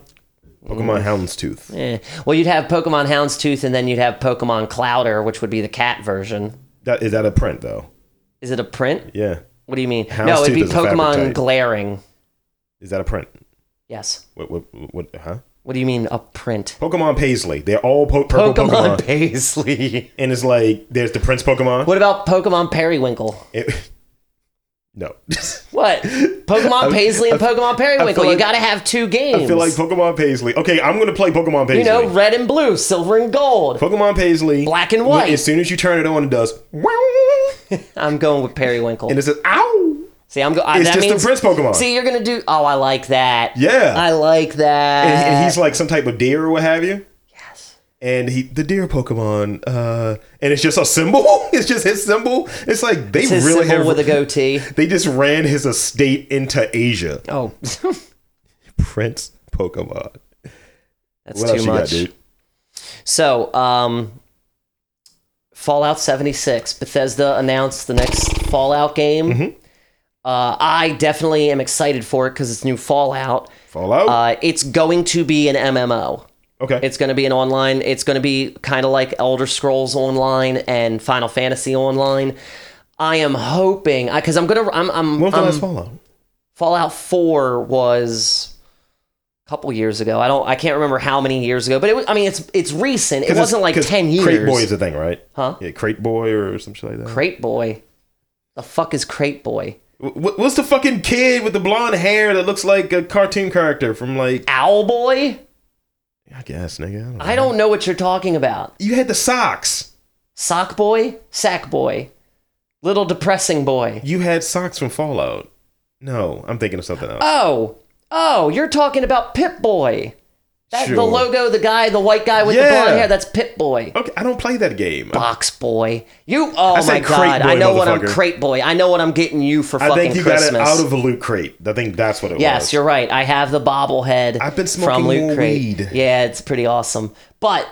Pokemon Houndstooth. Eh. Well, you'd have Pokemon Houndstooth, and then you'd have Pokemon Clouder, which would be the cat version. That is that a print though? Is it a print? Yeah. What do you mean? Houndstooth no, it'd be is a fabric Pokemon type. Glaring. Is that a print? Yes. What what what? Huh? What do you mean a print? Paisley. Paisley. They're all po- purple Pokemon, Pokemon. Paisley. and it's like there's the Prince Pokemon. What about Pokemon Periwinkle? It- no. What? Pokemon Paisley and Pokemon Periwinkle. you like- gotta have two games. I feel like Pokemon Paisley. Okay, I'm gonna play Pokemon Paisley. you know, red and blue, silver and gold. Pokemon Paisley. Black and when- white. As soon as you turn it on, it does. "Wow," I'm going with Periwinkle. And it says, ow! see, I'm going. It's that just the means, Prince Pokemon. See, you're gonna do. Oh, I like that. Yeah. I like that. and, and he's like some type of deer or what have you. And he, the deer Pokemon, uh, and it's just a symbol. It's just his symbol. It's like they It's his really symbol have. with a goatee. they just ran his estate into Asia. Oh, Prince Pokemon. that's What too else you got, much. dude? So, um, Fallout 76, Bethesda announced the next Fallout game. Mm-hmm. Uh, I definitely am excited for it because it's new Fallout. Fallout. Uh, it's going to be an MMO. okay. It's going to be an online. It's going to be kind of like Elder Scrolls Online and Final Fantasy Online. I am hoping because I'm gonna. I'm. I'm, When was the I'm- last Fallout? Fallout 4 was a couple years ago. I don't I can't remember how many years ago, but it was, I mean it's it's recent. It 'Cause wasn't it's- like 'cause 10 years. Crate Boy is a thing, right? Huh? Yeah, Crate Boy or some shit like that. Crate Boy. The fuck is Crate Boy? Wh- wh- What's the fucking kid with the blonde hair that looks like a cartoon character from like? Owl Boy? I guess, nigga. I don't know. I don't know what you're talking about. you had the socks. Sock Boy? Sack Boy. Little Depressing Boy. You had socks from Fallout. No, I'm thinking of something else. Oh. Oh, you're talking about Pip Boy. That the Sure. logo, the guy, the white guy with the Yeah. blonde hair, that's Pip Boy. Okay, I don't play that game. Box boy, you! I Oh my said crate god! I boy, know what I'm motherfucker. crate boy. I know what I'm getting you for I fucking think you Christmas. got it out of a loot crate. I think that's what it Yes, was. you're right. I have the bobblehead. I've been smoking more weed. Yeah, it's pretty awesome. But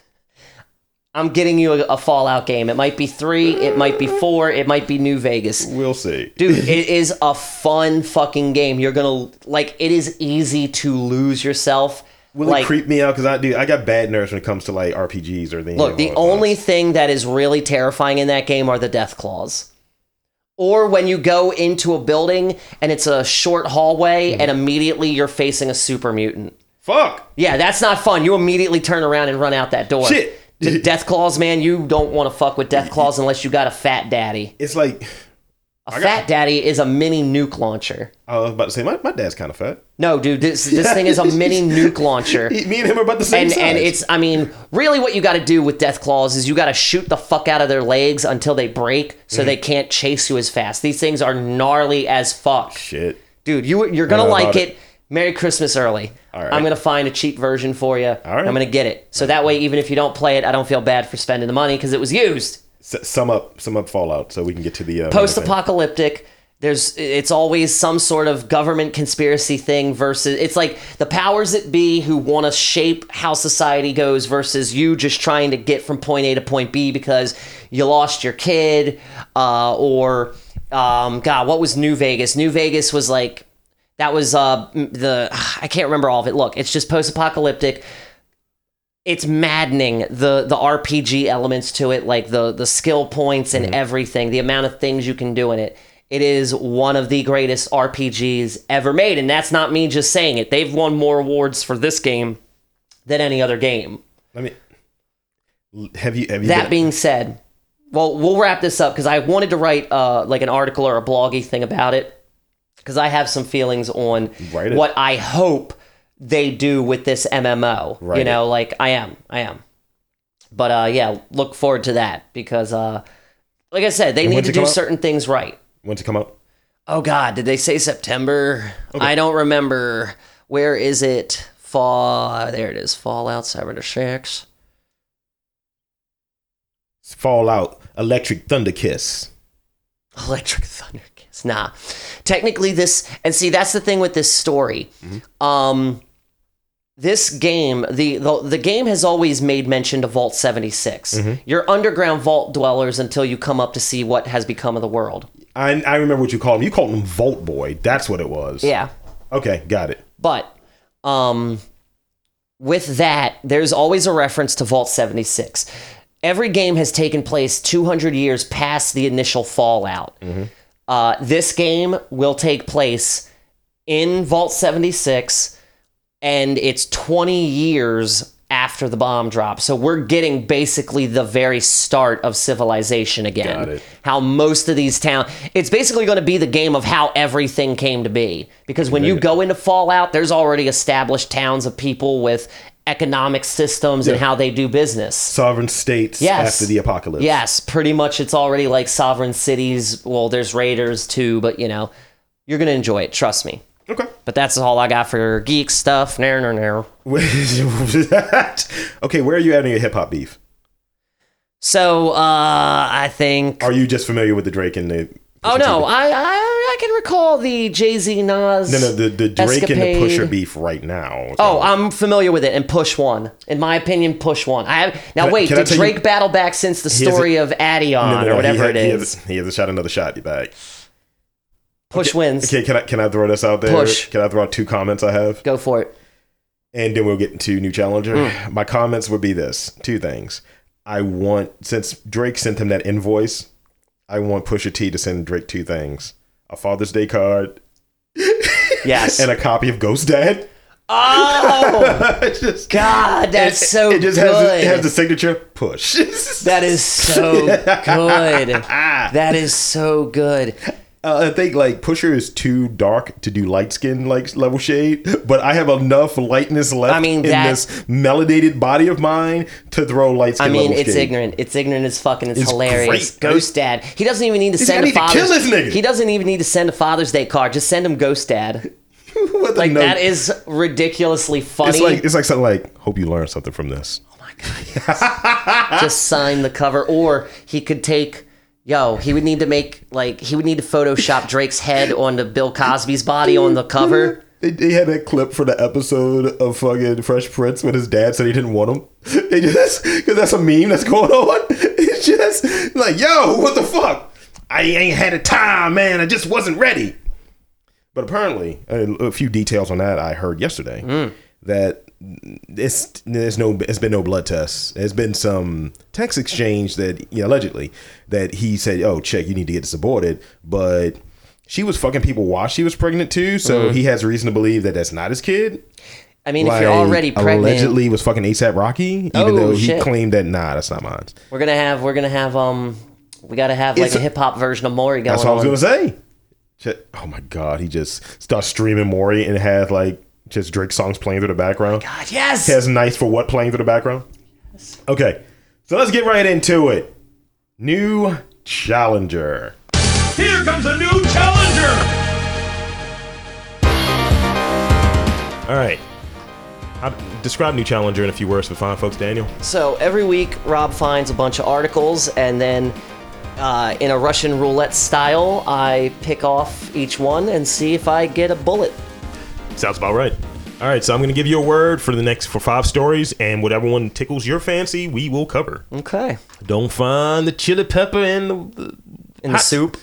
I'm getting you a, a Fallout game. It might be three. It might be four. It might be New Vegas. We'll see. Dude, it is a fun fucking game. You're gonna like. It is easy to lose yourself. Will like it creep me out? Because I do. I got bad nerves when it comes to like RPGs or anything. Look, the only thing that is really terrifying in that game are the death claws. Or when you go into a building and it's a short hallway Hmm. and immediately you're facing a super mutant. fuck. Yeah, that's not fun. You immediately turn around and run out that door. Shit. The death claws, man, you don't want to fuck with death claws unless you got a fat daddy. It's like A fat daddy is a mini nuke launcher. I was about to say. My, my dad's kind of fat. No, dude, this this thing is a mini nuke launcher. He- me and him are about the same and size. and it's I mean, really what you got to do with death claws is you got to shoot the fuck out of their legs until they break Mm. so they can't chase you as fast. These things are gnarly as fuck. shit. Dude, you you're going to know like about it. Merry Christmas early. right. I'm going to find a cheap version for you. right. I'm going to get it. So that way even if you don't play it, I don't feel bad for spending the money cuz it was used. S- sum up, sum up Fallout, so we can get to the uh, main event. post-apocalyptic there's it's always some sort of government conspiracy thing versus it's like the powers that be who want to shape how society goes versus you just trying to get from point a to point b because you lost your kid uh, or um, god what was new vegas new vegas was like that was uh, m- the i can't remember all of it look it's just post-apocalyptic it's maddening the the RPG elements to it, like the the skill points and everything, the amount of things you can do in it. It is one of the greatest RPGs ever made, and that's not me just saying it. They've won more awards for this game than any other game. I mean, have you have you That been- being said, well, we'll wrap this up because I wanted to write uh, like an article or a bloggy thing about it because I have some feelings on Write it. what I hope they do with this MMO. you Write know, like I am, I am. But uh, yeah, look forward to that because, uh, like I said, they need when's to it come do out? certain things right. when's it come out? Oh God, did they say September? I don't remember. Where is it? Fall. There it is. Fallout Cybernetics. Fallout Electric Thunder Kiss. Electric Thunder Kiss. Nah. Technically this and see that's the thing with this story. Um this game, the, the the game has always made mention to Vault 76. You're underground vault dwellers until you come up to see what has become of the world. I I remember what you called him. You called him Volt Boy. That's what it was. Yeah. Okay, got it. But um, with that, there's always a reference to Vault 76. Every game has taken place 200 years past the initial Fallout. Uh, this game will take place in Vault 76, and it's 20 years after the bomb drop. So we're getting basically the very start of civilization again. Got it. How most of these towns, it's basically going to be the game of how everything came to be. Because when you go into Fallout, there's already established towns of people with economic systems and Yeah. how they do business. Sovereign states Yes. after the apocalypse. Yes, pretty much it's already like sovereign cities. Well, there's raiders too, but you know, you're going to enjoy it, trust me. Okay. But that's all I got for geek stuff. Nah, nah, nah. okay, where are you at in your hip hop beef? So, uh, I think Are you just familiar with the Drake and the? Oh no, I, I I can recall the Jay Z Nas. No, no, the, the Drake and the Escapade. Pusher beef right now. Oh, I'm familiar with it. And push one, in my opinion, push one. I have now. Can I- wait, can I did tell you- Drake battle back since the has a- story of Addion No, no, no, or whatever he, it he is? hasn't- He hasn't shot another shot. You back? push wins. Okay, can I can I throw this out there? Push. Can I throw out two comments I have? Go for it. and then we'll get into new challenger. Hmm. My comments would be this: two things. I want since Drake sent him that invoice, I want Pusha T to send Drake two things: a Father's Day card Yes. and a copy of Ghost Dad. oh It's just God, that's so it just good. has the, it has the signature push. that is so good. that is so good. Uh, I think like Pusher is too dark to do light skin like level shade, but I have enough lightness left I mean, in that- this melanated body of mine to throw light skin. I mean, level it's shade. ignorant. It's ignorant as fucking. It's, It's hilarious. great. Ghost Dad. He doesn't even need to I send a need to father's. kill this nigga. He doesn't even need to send a Father's Day card. Just send him Ghost Dad. What the Like no- that is ridiculously funny. It's like it's like something like hope you learned something from this. ah. just sign the cover, or he could take. Yo, he would need to make like he would need to Photoshop Drake's head onto Bill Cosby's body on the cover. They, they had that clip for the episode of fucking Fresh Prince when his dad said he didn't want him. They just because that's a meme that's going on. It's just like yo, what the fuck? I ain't had a time, man. I just wasn't ready. But apparently, a, a few details on that I heard yesterday that it's there's no it's been no blood tests. There's been some text exchange that you know, allegedly that he said, "Oh, check, you need to get this aborted," but she was fucking people while she was pregnant too, so he has reason to believe that that's not his kid. I mean, if you're Like, already pregnant, allegedly was fucking ASAP Rocky, even Oh, though he shit. claimed that nah, that's not mine. we're gonna have we're gonna have um we gotta have like It's a a- hip hop version of Maury going That's what I was on. gonna say. Shit. Oh my god, he just starts streaming Maury and had like just Drake songs playing through the background. God, yes. Has nice for what playing through the background? Okay, so let's get right into it. New challenger. Here comes a new challenger! All right. How, describe new challenger in a few words for fine folks, Daniel. So every week, Rob finds a bunch of articles, and then uh, in a Russian roulette style, I pick off each one and see if I get a bullet. Sounds about right. All right, so I'm going to give you a word for the next for five stories, and whatever one tickles your fancy, we will cover. Okay. Don't find the chili pepper in the In the Hot- soup,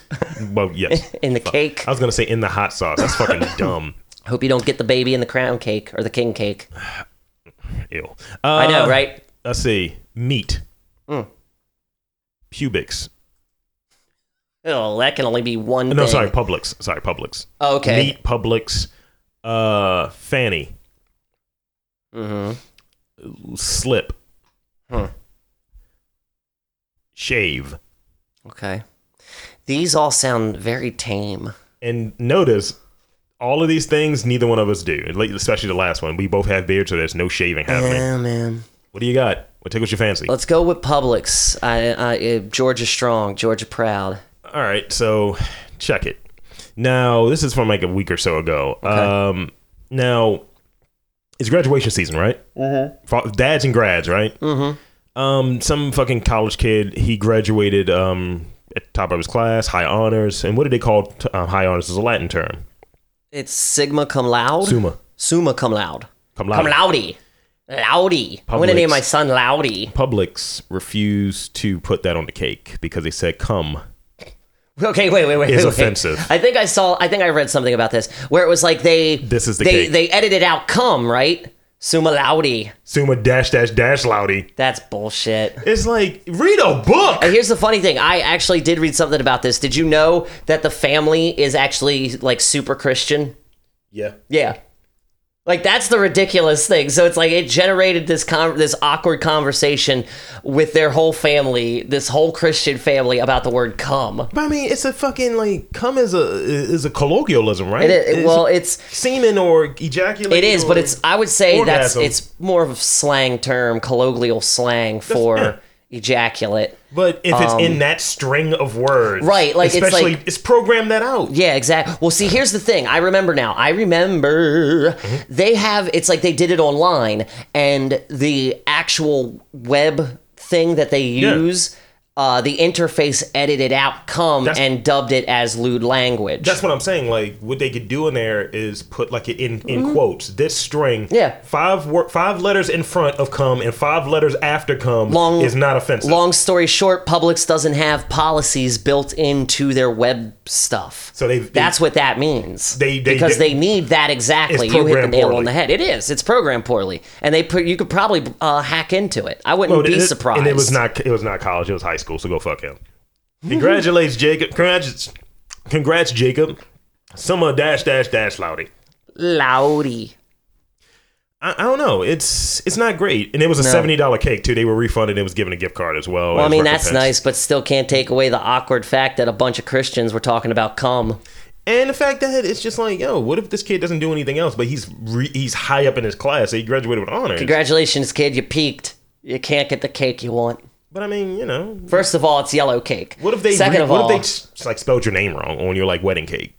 well, yes. in the cake. I was gonna say in the hot sauce. That's fucking dumb. Hope you don't get the baby in the crown cake or the king cake. Ew. Uh, I know, right? Mm. Let's see. Meat. Pubics. Oh, that can only be one. No, thing. sorry, Publix. Sorry, Publix. Oh, okay. Meat, Publix, uh, fanny, Mm-hmm. slip, Hmm. shave. Okay. These all sound very tame. And notice all of these things neither one of us do, like, especially the last one. We both have beards, so there's no shaving happening. Yeah, man. What do you got? What tickles your fancy? Let's go with Publix. I, I, uh, Georgia strong, Georgia proud. All right, so check it. Now, this is from like a week or so ago. Um, now, it's graduation season, right? Mm-hmm. Dads and grads, right? Mm-hmm. Um, some fucking college kid, he graduated um, at the top of his class, high honors. And what do they call t- uh, high honors? Is a Latin term. It's Sigma cum laude. Summa. Summa cum laude. Cum Come laude. Loudy. Loudy. I'm gonna Publix. name my son Loudy. Publix refused to put that on the cake because they said "come." Okay, wait, wait, wait. Is wait, wait. offensive. I think I saw. I think I read something about this where it was like they. This is the they cake. they edited out cum right. Summa Loudy. Summa dash dash dash loudy. That's bullshit. It's like read a book. And here's the funny thing. I actually did read something about this. Did you know that the family is actually like super Christian? Yeah. Yeah. Like that's the ridiculous thing. So it's like it generated this con- this awkward conversation with their whole family, this whole Christian family about the word "cum." But I mean, it's a fucking like come is a is a colloquialism, right? It is, It's well, it's semen or ejaculation. it is, but it's I would say that's Orgasm. it's more of a slang term, colloquial slang for yeah. ejaculate. but if it's in that string of words, um, Right, like, it's especially like- it's programmed that out. Yeah, exactly. Well, see, here's the thing. I remember now. I remember Mm-hmm. they have. It's like they did it online, and the actual web thing that they use, uh, the interface edited out come That's- and dubbed it as lewd language. That's what I'm saying. Like what they could do in there is put like it in in quotes this string. Mm-hmm. Yeah. five wor- five letters in front of come and five letters after come Long- is not offensive. Long story short, Publix doesn't have policies built into their web stuff. So they've- that's what that means. They- they- because they- they need that exactly. It's You hit the programmed nail on poorly. the head. It is. It's programmed poorly, and they put. You could probably uh, hack into it. I wouldn't Well, be and it- surprised. And it was not it was not college. It was high school. So go fuck him. Congratulations, Jacob. Congrats, congrats, Jacob. Summer dash dash dash loudy. Loudy. I, I don't know. It's it's not great, and it was a seventy dollar cake too. They were refunded. It was given a gift card as well. Well, I as mean, that's recompense. nice, but still can't take away the awkward fact that a bunch of Christians were talking about cum. And the fact that it's just like, yo, what if this kid doesn't do anything else? But he's re- he's high up in his class. So he graduated with honors. Congratulations, kid. You peaked. You can't get the cake you want. but I mean, you know, First of all, it's yellow cake. what if they Second re- of what all, if they s- like spelled your name wrong on your like wedding cake?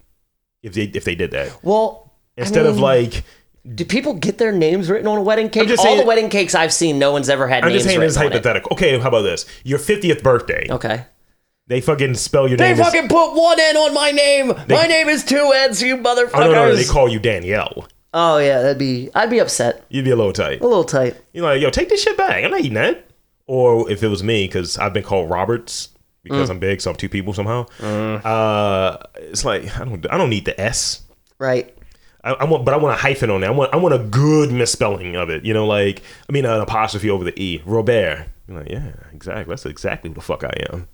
If they if they did that well, I instead of mean, like do people get their names written on a wedding cake? just all saying- the wedding cakes I've seen, no one's ever had I'm names just saying written this is on it. hypothetical. Okay, how about this? Your 50th birthday. Okay. They fucking spell your They name. as- fucking put one N on my name. my name is two N's, you motherfuckers. oh no, no, no, they call you Danielle. oh yeah, that'd be. I'd be upset. You'd be a little tight. A little tight. You're like, yo, take this shit back. I'm not eating that. Or if it was me, because I've been called Roberts Mm. because I'm big, so I'm two people somehow. Uh, it's like I don't, I don't need the S. Right. I, I want, but I want a hyphen on it. I want, I want a good misspelling of it. You know, like I mean, an apostrophe over the e. Robert. You're like, yeah, exactly. That's exactly who the fuck I am.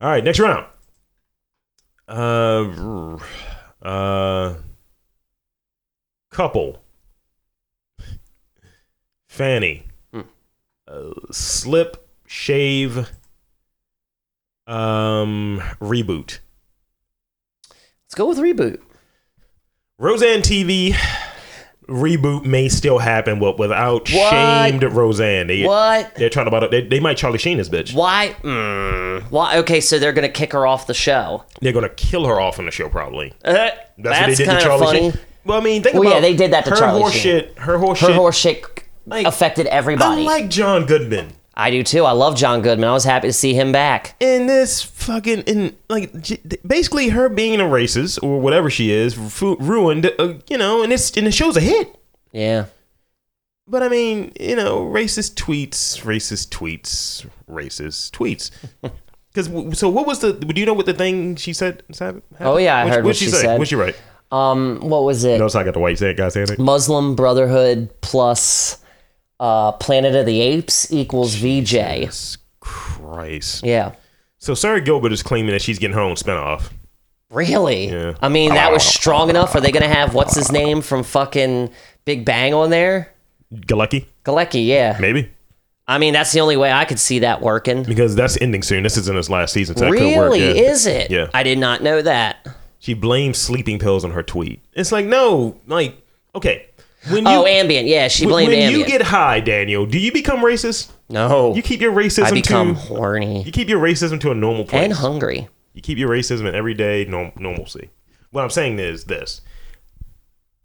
All right, next round. Uh, uh, couple. Fanny. Uh, slip, shave, um, reboot. Let's go with reboot. Roseanne TV reboot may still happen, but without What? shamed Roseanne, they, What? they're trying to about they, they might Charlie Sheen this bitch. Hmm. Why? Mm, why? Okay, so they're gonna kick her off the show. They're gonna kill her off on the show probably. Uh, that's That's, what they did kind to of Charlie funny. Sheen. Well, I mean, think Well, yeah, about they did that to her Charlie horse Sheen. shit. Her horse Her shit. horse shit Like, affected I everybody. like John Goodman. I do too. I love John Goodman. I was happy to see him back. in this fucking in like j- basically her being a racist or whatever she is fu- ruined uh, you know and it's and the show's a hit Yeah. but i mean you know racist tweets racist tweets racist tweets because so what was the do you know what the thing she said happened? Oh, yeah, I heard what she say? said. what'd she write Um. What was it? no, I got the white saying, guys saying it. Muslim Brotherhood plus uh, Planet of the Apes equals VJ. Jesus Christ. Yeah. So Sarah Gilbert is claiming that she's getting her own spinoff. Really? Yeah. I mean, that was strong enough. Are they going to have what's his name from fucking Big Bang on there? Galecki, Galecki, yeah. maybe. I mean, that's the only way I could see that working. Because that's ending soon. This isn't his last season, so that really? could work. yeah. Is it? Yeah. I did not know that. She blames sleeping pills on her tweet. It's like, no, like, okay. When you, oh, ambient. Yeah, she when- blamed when ambient. you get high, Daniel, do you become racist? no. You keep your racism I become to horny you keep your racism to a normal place. and hungry. you keep your racism in everyday norm- normalcy. What I'm saying is this: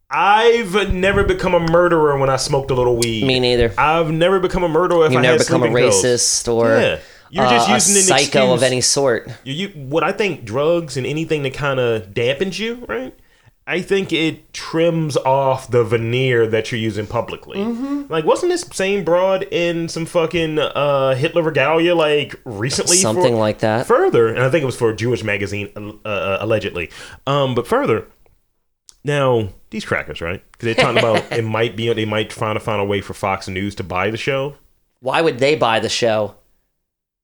I've never become a murderer when I smoked a little weed. Me neither. I've never become a murderer if You I never had become a sleeping pills. racist or Yeah. You're just uh, using a an psycho of excuse. any sort. you, you what I think drugs and anything that kind of dampens you, right? I think it trims off the veneer that you're using publicly. Mm-hmm. Like, wasn't this same broad in some fucking uh, Hitler regalia like recently? Something for- like that. Further, and I think it was for a Jewish magazine, uh, uh, allegedly. Um, but further, now these crackers, right? Because they're talking about it might be they might find a find a way for Fox News to buy the show. Why would they buy the show?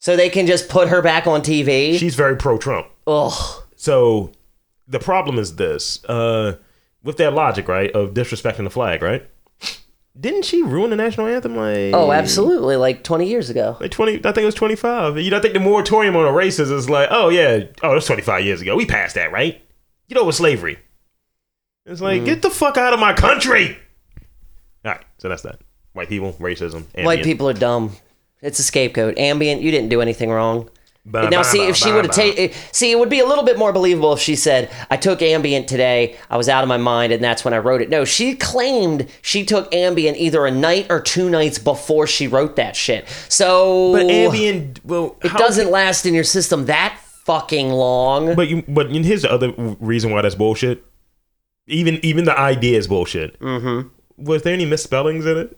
So they can just put her back on TV? She's very pro Trump. Ugh. So the problem is this, uh, with that logic, right, of disrespecting the flag, right? Didn't she ruin the national anthem like Oh, absolutely. Like 20 years ago. like twenty I think it was twenty five. You know, I think the moratorium on races is like, oh yeah, oh that's twenty five years ago. We passed that, right? Get over slavery. It's like, get the fuck out of my country. Alright, so that's that. White people, racism, ambient. White people are dumb. It's a scapegoat. Ambient, you didn't do anything wrong. Bah, now, bah, see, bah, if she bah, would have bah. taken. See, it would be a little bit more believable if she said, I took Ambient today, I was out of my mind, and that's when I wrote it. No, she claimed she took Ambient either a night or two nights before she wrote that shit. So. But ambient well Oh. It doesn't last in your system that fucking long. But you, but here's the other reason why that's bullshit. Even even the idea is bullshit. Mm-hmm. Was there any misspellings in it?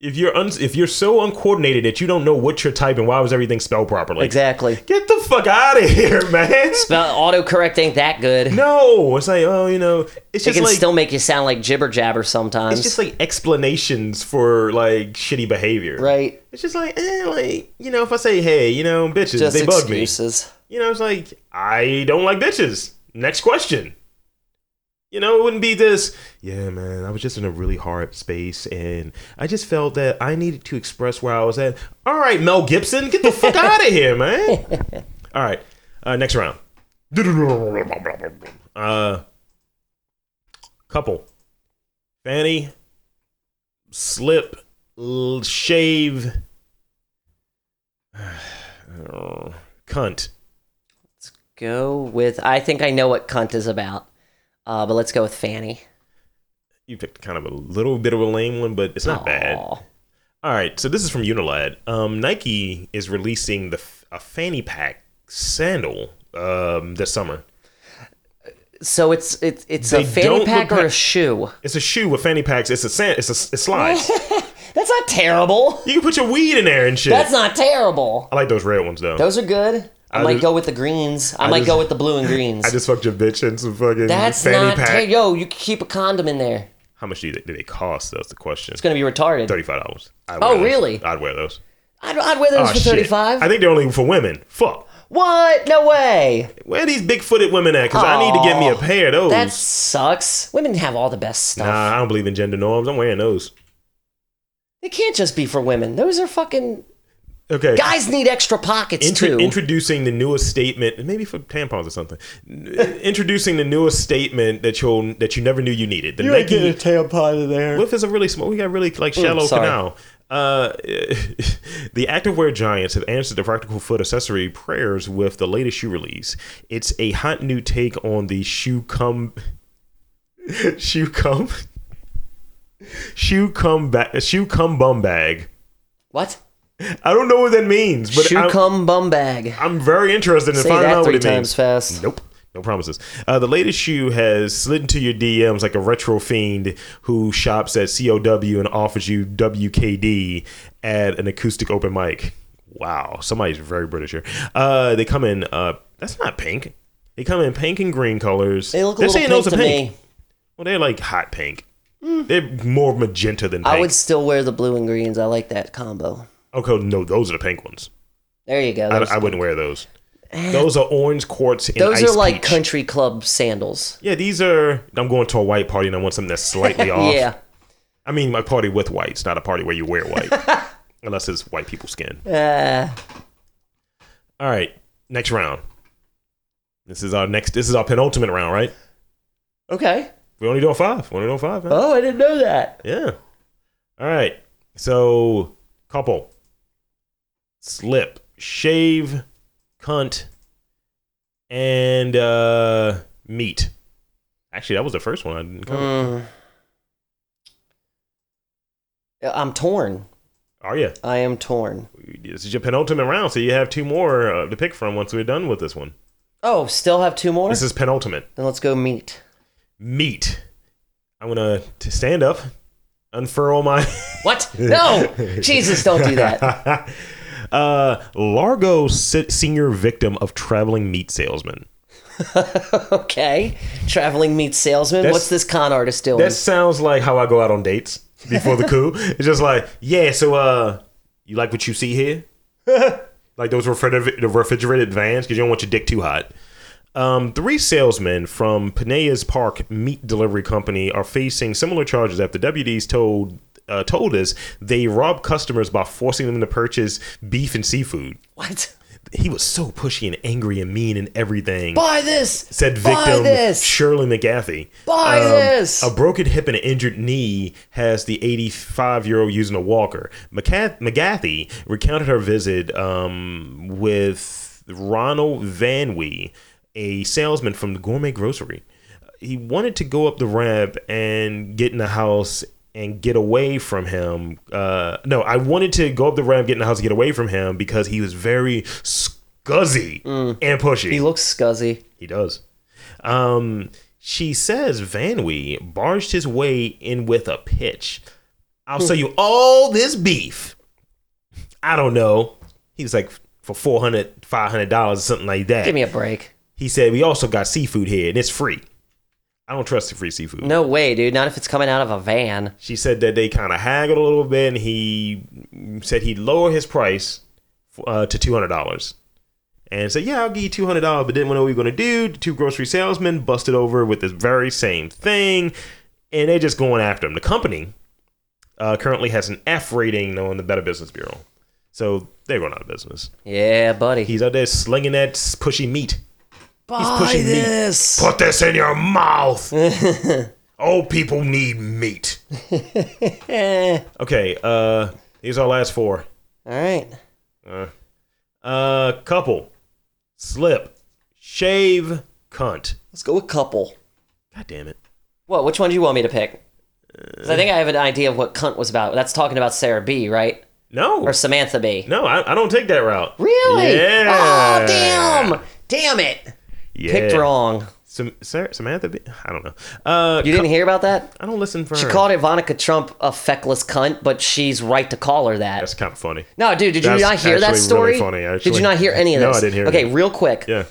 If you're un, if you're so uncoordinated that you don't know what you're typing, why was everything spelled properly? exactly. Get the fuck out of here, man. Spell autocorrect ain't that good. no, it's like oh, you know, it's it just can like still make you sound like jibber jabber sometimes. it's just like explanations for like shitty behavior. right. It's just like eh, like you know, if I say hey, you know, bitches, Just they bug me. excuses. You know, it's like, I don't like bitches. Next question. You know, it wouldn't be this, yeah, man, I was just in a really hard space and I just felt that I needed to express where I was at. All right, Mel Gibson, get the fuck out of here, man. All right, uh, next round. Uh, couple. Fanny, slip, l- shave, oh, cunt. Go with. I think I know what cunt is about. Uh, but let's go with Fanny. you picked kind of a little bit of a lame one, but it's not bad. All Aw. right, so this is from Unilad. Um, Nike is releasing the f- a fanny pack sandal um, this summer. So it's it's it's a They fanny don't pack look or a like- shoe. It's a shoe with fanny packs. It's a sand. It's a it slides. That's not terrible. you can put your weed in there and shit. That's not terrible. I like those red ones though. Those are good. I, might go with the greens. I, might just- go with the blue and greens. I just fucked your bitch in some fucking That's fanny not. pack. Hey, yo, you can keep a condom in there. How much do they, do they cost? That's the question. It's gonna be retarded. Thirty-five dollars. Oh, really? I'd wear those. I'd, I'd wear those Oh, for shit. thirty-five. I think they're only for women. Fuck. what? No way. Where are these big-footed women at? Because I need to get me a pair of those. That sucks. Women have all the best stuff. Nah, I don't believe in gender norms. I'm wearing those. They can't just be for women. Those are fucking Okay. guys need extra pockets Intro- too. introducing the newest statement, maybe for tampons or something. N- introducing the newest statement that you that you never knew you needed. The Nike tampon in there. What if it's a really small? We got really like shallow sorry. canal. Uh, the activewear giants have answered the practical foot accessory prayers with the latest shoe release. It's a hot new take on the shoe come, shoe come, shoe come back, shoe come bum bag. What? I don't know what that means, but Shoe I'm, cum bum bag. I'm very interested in Say finding that out what three it times means. fast. Nope. No promises. Uh, the latest shoe has slid into your DMs like a retro fiend who shops at COW and offers you WKD at an acoustic open mic. Wow, somebody's very British here. Uh, they come in. Uh, that's not pink. They come in pink and green colors. They look a They're little saying pink those to are pink. me. Hmm. Well, they're like hot pink. They're more magenta than pink. I would still wear the blue and greens. I like that combo. okay, no, those are the pink ones. There you go. I, Those, Eh. I wouldn't wear those. Those are orange quartz. And those ice are like peach. country club sandals. Yeah, these are. I'm going to a white party and I want something that's slightly off. Yeah. I mean, my party with whites, not a party where you wear white, unless it's white people's skin. Uh, All right, next round. This is our next. This is our penultimate round, right? okay. We're only doing five. We're only doing five. Huh? Oh, I didn't know that. Yeah. All right. So, couple, slip, shave, cunt, and uh, meat. Actually, that was the first one. I didn't cover. Mm. I'm torn. Are you? I am torn. This is your penultimate round, so you have two more uh, to pick from once we're done with this one. Oh, still have two more? This is penultimate. then let's go meet. Meat. I'm gonna to stand up, unfurl my What? No! Jesus, don't do that. uh, Largo se- senior victim of traveling meat salesman. Okay. Traveling meat salesman. That's- What's this con artist doing? That sounds like how I go out on dates before the coup. It's just like, yeah, so uh, you like what you see here? like those refrigerated, the refrigerated vans because you don't want your dick too hot. Um, three salesmen from Panea's Park Meat Delivery Company are facing similar charges after deputies told uh, told us they robbed customers by forcing them to purchase beef and seafood. What? He was so pushy and angry and mean and everything Buy this! said Buy victim this! Shirley McGaffey. Um, Buy this! A broken hip and an injured knee has the 85 year old using a walker. McCath- McGaffey recounted her visit um, with Ronald Van Wee, a salesman from the Gourmet Grocery. He wanted to go up the ramp and get in the house and get away from him. Uh, no, I wanted to go up the ramp, get in the house, and get away from him because he was very scuzzy and pushy. Mm. He looks scuzzy. He does. Um, she says Vanwee barged his way in with a pitch. I'll sell you all this beef. I don't know. He was like for 400 $500 or something like that. Give me a break. he said, We also got seafood here and it's free. I don't trust the free seafood. No way, dude. Not if it's coming out of a van. She said that they kind of haggled a little bit, and he said he'd lower his price uh, to two hundred dollars, and said, "Yeah, I'll give you two hundred dollars." But didn't know what we were going to do. The two grocery salesmen busted over with this very same thing, and they're just going after him. The company uh, currently has an F rating on the Better Business Bureau, so they're going out of business. Yeah, buddy. He's out there slinging that pushy meat. Buy pushing meat. this. Put this in your mouth. Old people need meat. Eh. Okay, uh, these are our last four. All right. Uh, couple, slip, shave, cunt. Let's go with couple. God damn it. What? Which one do you want me to pick? 'Cause I think I have an idea of what cunt was about. That's talking about Sarah B, right? No, Or Samantha B. no, I, I don't take that route. Really? Yeah. Oh, damn. Damn it. Yeah. Picked wrong. Sam- Sarah, Samantha, Bee- I don't know. Uh, You didn't hear about that? I don't listen for She her. called Ivanka Trump a feckless cunt, but she's right to call her that. That's kind of funny. No, dude, did you That's not hear that actually story? really funny, did actually. you not hear any of No, this? I didn't hear Okay, any. real quick. Yeah.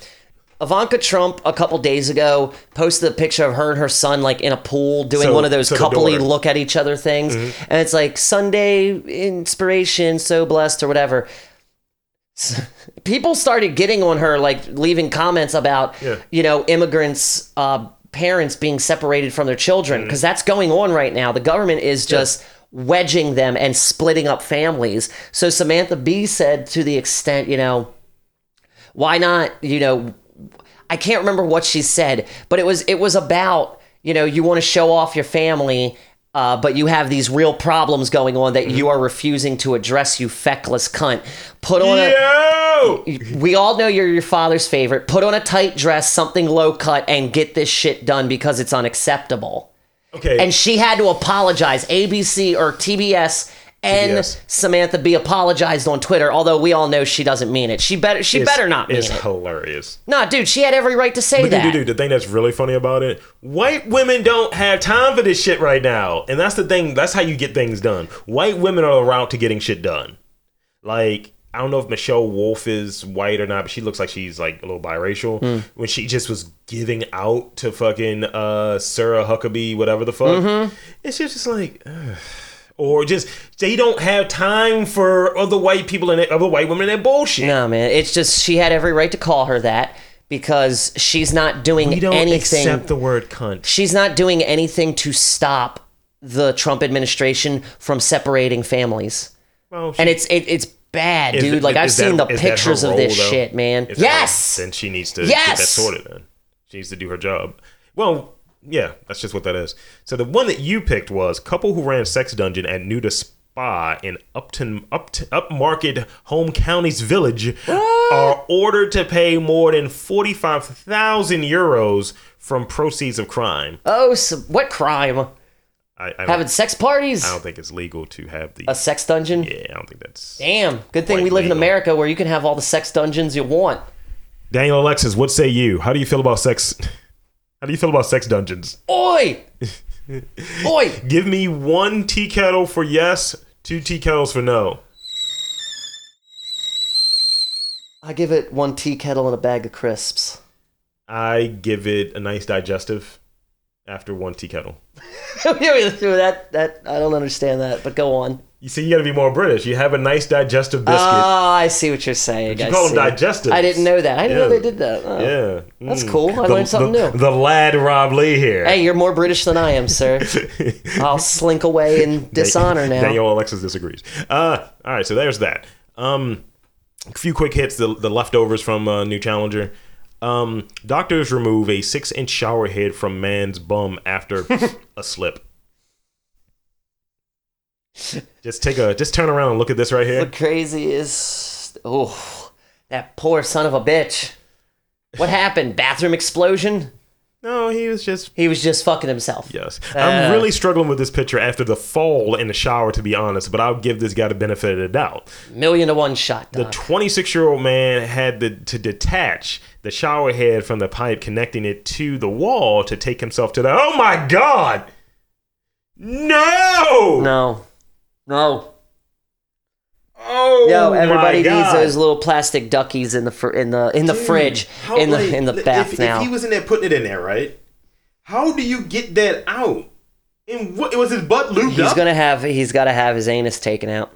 Ivanka Trump a couple days ago posted a picture of her and her son like in a pool doing So- one of those so the coupley daughter. Mm-hmm. look at each other things, and it's like Sunday inspiration, so blessed or whatever. S- People started getting on her, like leaving comments about Yeah. you know immigrants. Uh, parents being separated from their children Mm-hmm. because that's going on right now the government is just wedging them and splitting up families so samantha bee said to the extent you know why not you know i can't remember what she said but it was it was about you know you want to show off your family uh, but you have these real problems going on that you Mm-hmm. are refusing to address you feckless cunt put on a Yo! we all know you're your father's favorite put on a tight dress something low cut and get this shit done because it's unacceptable Okay. and she had to apologize. ABC or TBS and TBS. Samantha Bee apologized on Twitter. Although we all know she doesn't mean it. She better she It's- better not mean It's it. hilarious. nah, dude, she had every right to say But that. dude, dude, the thing that's really funny about it, white women don't have time for this shit right now. And that's the thing, that's how you get things done. White women are the route to getting shit done. Like, I don't know if Michelle Wolf is white or not, but she looks like she's like a little biracial. Hmm. When she just was giving out to fucking uh Sarah Huckabee, whatever the fuck. Mm-hmm. And she was just like, ugh. or just they don't have time for other white people and other white women and their bullshit. No, man, it's just she had every right to call her that because she's not doing We don't anything. accept the word cunt. she's not doing anything to stop the Trump administration from separating families. Well, she- And it's it, it's bad, Is dude. it- like I've is that- seen the is that her pictures of role, this though? shit, man. If that- yes. then she needs to get that Yes! sorted. Then she needs to do her job. Well, yeah, that's just what that is. So the one that you picked was couple who ran sex dungeon at Nuda Spa in Upton, Upton upmarket home counties village are ordered to pay more than forty five thousand euros from proceeds of crime. Oh, so what crime? I, I, Having don't, sex parties? I don't think it's legal to have the. A sex dungeon? yeah, I don't think that's. Damn. Good thing Quite we live in legal. America where you can have all the sex dungeons you want. Daniel Alexis, what say you? How do you feel about sex? How do you feel about sex dungeons? Oi! Oi! Give me one tea kettle for yes, two tea kettles for no. I give it one tea kettle and a bag of crisps. I give it a nice digestive after one tea kettle. that that I don't understand that, but go on. You see, you got to be more British. You have a nice digestive biscuit. Oh, I see what you're saying. you I call them see. digestives. I didn't know that. I didn't know Yeah. they did that. Oh. yeah, That's Mm. cool. I The- learned something the- new. The lad Rob Lee here. Hey, you're more British than I am, sir. I'll slink away in dishonor now. Daniel Alexis disagrees. Uh, all right, so there's that. Um, a few quick hits, the, the leftovers from uh, New Challenger. Um, doctors remove a six inch shower head from man's bum after a slip. Just take a just turn around and look at this right here. What crazy is oh that poor son of a bitch. What happened? Bathroom explosion? No, he was just He was just fucking himself. yes. Uh. I'm really struggling with this picture after the fall in the shower, to be honest. But I'll give this guy the benefit of the doubt. Million to one shot. The Doc. 26 year old man had the, to detach the shower head from the pipe, connecting it to the wall to take himself to the. Oh my God! No! no. No. Oh Yo, my everybody needs God. those little plastic duckies in the fr- in the in the Dude, fridge how- in the like, in the if- bath now. If he was in there putting it in there, right? How do you get that out? And what was his butt lubed he's up? gonna have he's got to have his anus taken out.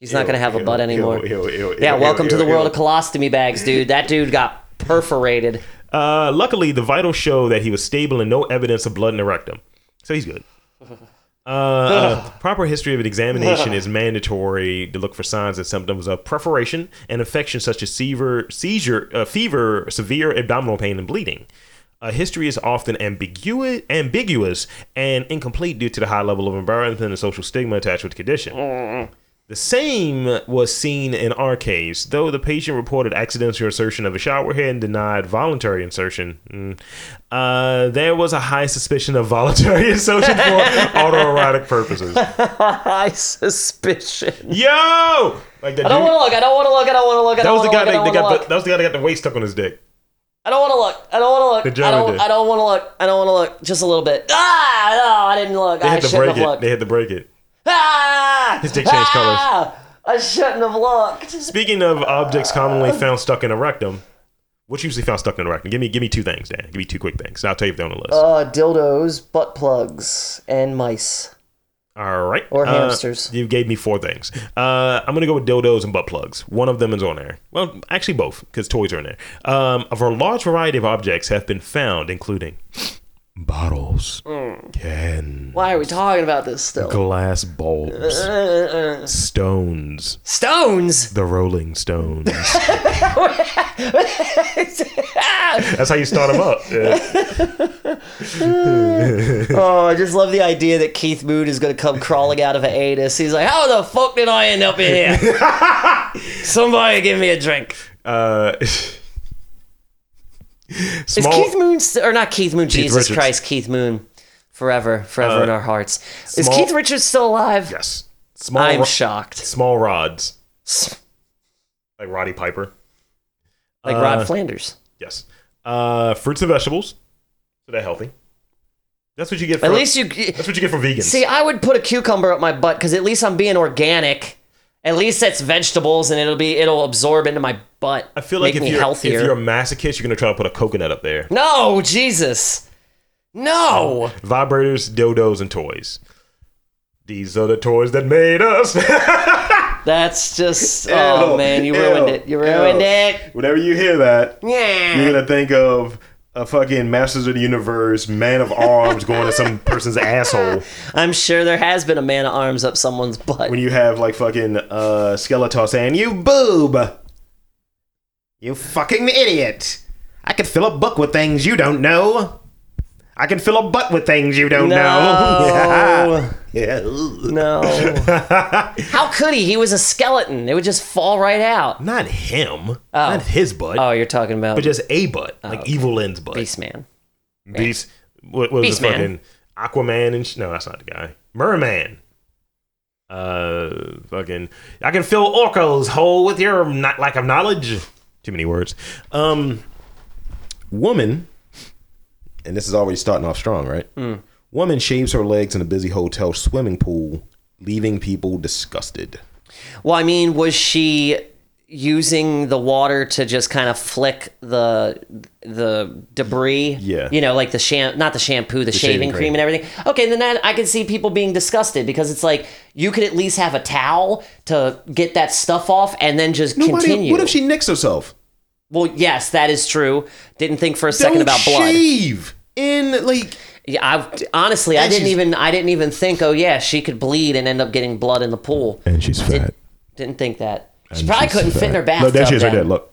He's not Ew, gonna have a ew, butt ew, anymore. ew, ew, yeah, ew, welcome ew, to the ew, world ew. of colostomy bags, dude. That dude got perforated. Uh, luckily, the vitals show that he was stable and no evidence of blood in the rectum. So he's good. Uh, uh, proper history of an examination is mandatory to look for signs and symptoms of perforation and infection such as fever, seizure, uh, fever, severe abdominal pain, and bleeding. A history is often ambiguous, ambiguous and incomplete due to the high level of embarrassment and social stigma attached with the condition. The same was seen in our case, though the patient reported accidental insertion of a shower head and denied voluntary insertion. Mm. Uh, there was a high suspicion of voluntary insertion for autoerotic purposes. High suspicion. Yo, like the I don't dude- want to look. I don't want to look. I don't want to look. I that don't was the want guy to look. I that, don't that want to got the, look. that was the guy that got the waist stuck on his dick. I don't want to look. I don't want to look. Good I job, don't. dude. I don't want to look. I don't want to look. Just a little bit. Ah! No, I didn't look. They I had to shouldn't break have it. looked. They had to break it. ah! His dick changed colours. ah! I shouldn't have looked. Speaking of objects commonly found stuck in a rectum, what's usually found stuck in a rectum? Give me, give me two things, Dan. Give me two quick things. and I'll tell you if they're on the list. Uh, dildos, butt plugs, and mice. All right. or Uh, hamsters. you gave me four things. Uh, I'm gonna go with dildos and butt plugs. One of them is on there. Well, actually both, because toys are in there. Um, of a large variety of objects have been found, including bottles, cans, Why are we talking about this still? glass bowls, stones, Stones. the Rolling Stones. That's how you start them up. Yeah. Oh, I just love the idea that Keith Moon is going to come crawling out of an anus. He's like, "How the fuck did I end up in here? Somebody give me a drink." Uh, Is small- Keith Moon st- or not Keith Moon? Jesus Richards. Uh, Christ, Keith Moon, forever, forever in our hearts. Is small- Keith Richards still alive? yes. Small. I'm ro- shocked. small rods, like Roddy Piper. Like Uh, Rod Flanders. Yes. Uh, fruits and vegetables. So they're healthy. That's what you get. From, At least you That's what you get from vegans. see. I would put a cucumber up my butt because at least I'm being organic. At least that's vegetables, and it'll be it'll absorb into my butt. I feel like make if me you're healthier. if you're a masochist, you're gonna try to put a coconut up there. no, Jesus, no. Vibrators, dildos, and toys. These are the toys that made us. That's just oh Ew, man, you ew, ruined it. You ruined ew. it. Whenever you hear that, Yeah. gonna think of a fucking Masters of the Universe man of arms going to some person's asshole. I'm sure there has been a man of arms up someone's butt. when you have like fucking uh Skeletor saying, You boob! You fucking idiot! I could fill a book with things you don't know. I can fill a butt with things you don't know. No. Yeah. No. How could he? He was a skeleton. It would just fall right out. Not him. Not his butt. Oh, you're talking about but just a butt. Like Evil Lynn's butt. Beast Man. Beast. What, what was Beast the Man. fucking Aquaman and sh- no, that's not the guy. Merman. Uh, fucking. I can fill Orko's hole with your not lack of knowledge. Too many words. Um, woman. And this is already starting off strong, right? Hmm. Woman shaves her legs in a busy hotel swimming pool, leaving people disgusted. Well, I mean, was she using the water to just kind of flick the the debris? Yeah. You know, like the sham not the shampoo, the, shaving, shaving cream. cream. and everything. Okay, then that, I can see people being disgusted because it's like you could at least have a towel to get that stuff off and then just Nobody. continue. What if she nicks herself? well, yes, that is true. Didn't think for a second Don't about blood. shave in like Yeah, I honestly, I And didn't she's- even I didn't even think. Oh yeah, she could bleed and end up getting blood in the pool. and she's fat. Didn't think that. She probably couldn't fit in her bathtub. Look, there she is right there. then. Look.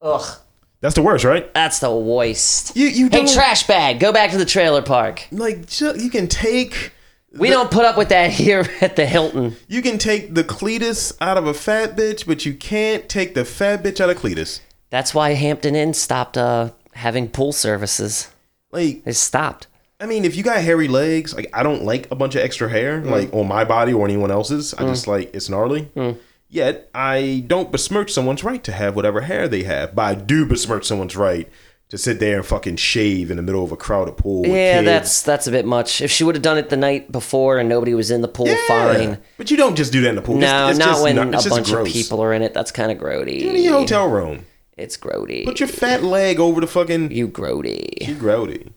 Ugh, That's the worst, right? that's the worst. You you Hey, don't trash bag, go back to the trailer park. like ju- you can take We don't put up with that here at the Hilton. you can take the Cletus out of a fat bitch, but you can't take the fat bitch out of Cletus. That's why Hampton Inn stopped uh, having pool services. Like They stopped. I mean, if you got hairy legs, like I don't like a bunch of extra hair Mm. like on my body or anyone else's. I just like it's gnarly. Mm. Yet I don't besmirch someone's right to have whatever hair they have, but I do besmirch someone's right to sit there and fucking shave in the middle of a crowded pool. With Yeah, kids. that's that's a bit much. If she would have done it the night before and nobody was in the pool, fine. But you don't just do that in the pool. No, It's- it's not just when gnar- it's a just bunch gross. of people are in it. That's kind of grody. in your hotel room. It's grody. Put your fat leg over the fucking. You grody. You grody.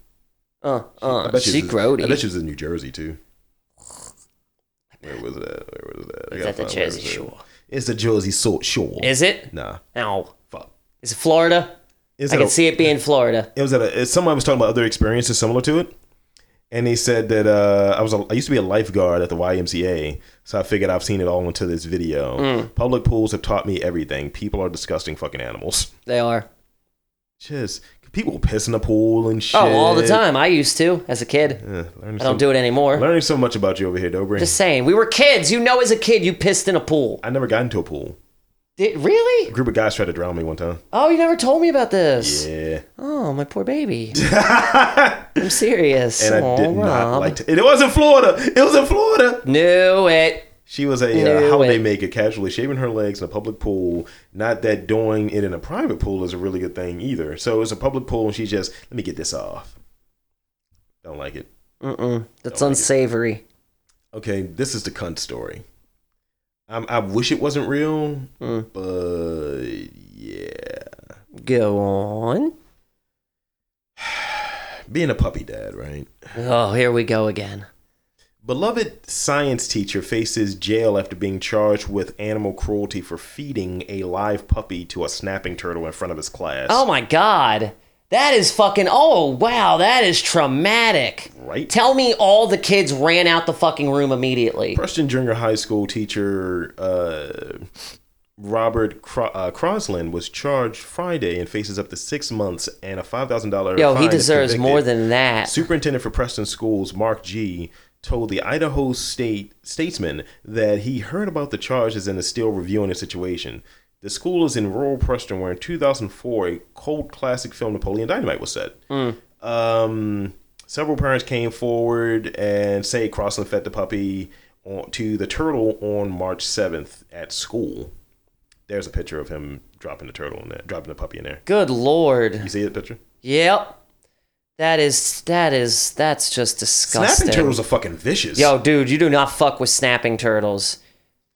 Uh, I uh, bet she was, grody. I bet she was in New Jersey too. Where was that? Where was that? I gotta Is that the find where it Jersey was at. Shore? It's the Jersey so- Shore. Is it? nah, No. fuck. Is it Florida? It's I at can a- see it being Florida. It was at a. it's- Someone was talking about other experiences similar to it, and they said that uh, I was a, I used to be a lifeguard at the YMCA, so I figured I've seen it all until this video. Mm. Public pools have taught me everything. People are disgusting fucking animals. They are. Just people piss in the pool and shit. Oh, all the time. I used to as a kid. Yeah, learning I don't so- do it anymore. Learning so much about you over here, Dobry. Just saying. We were kids. You know, as a kid, you pissed in a pool. I never got into a pool. Did, A really? group of guys tried to drown me one time. Oh, you never told me about this. Yeah, Oh, my poor baby. I'm serious. and I Aw, did not Rob. like. To, and it was in Florida. It was in Florida. Knew it. She was a Knew uh, holiday it. maker, casually shaving her legs in a public pool. Not that doing it in a private pool is a really good thing either. So it's a public pool, and she just let me get this off. Don't like it. Mm-mm. That's Don't like it. unsavory. Okay, this is the cunt story. i I wish it wasn't real, Mm. but yeah. Go on. Being a puppy dad, right? Oh, here we go again. Beloved science teacher faces jail after being charged with animal cruelty for feeding a live puppy to a snapping turtle in front of his class. Oh my god. That is fucking oh wow, that is traumatic. Right? Tell me all the kids ran out the fucking room immediately. Preston Junior High School teacher uh, Robert Cro- uh, Crosland was charged Friday and faces up to six months and a five thousand dollar. Yo, he deserves more than that. Superintendent for Preston Schools, Mark G, told the Idaho State Statesman that he heard about the charges and is still reviewing the situation. The school is in rural Preston, where in 2004 a cold classic film, Napoleon Dynamite, was set. Hmm. Um, several parents came forward and say Crossland fed the puppy on, to the turtle on March 7th at school. There's a picture of him dropping the turtle in there, dropping the puppy in there. Good lord. You see the picture? Yep. That is that is that's just disgusting. Snapping turtles are fucking vicious. Yo, dude, you do not fuck with snapping turtles.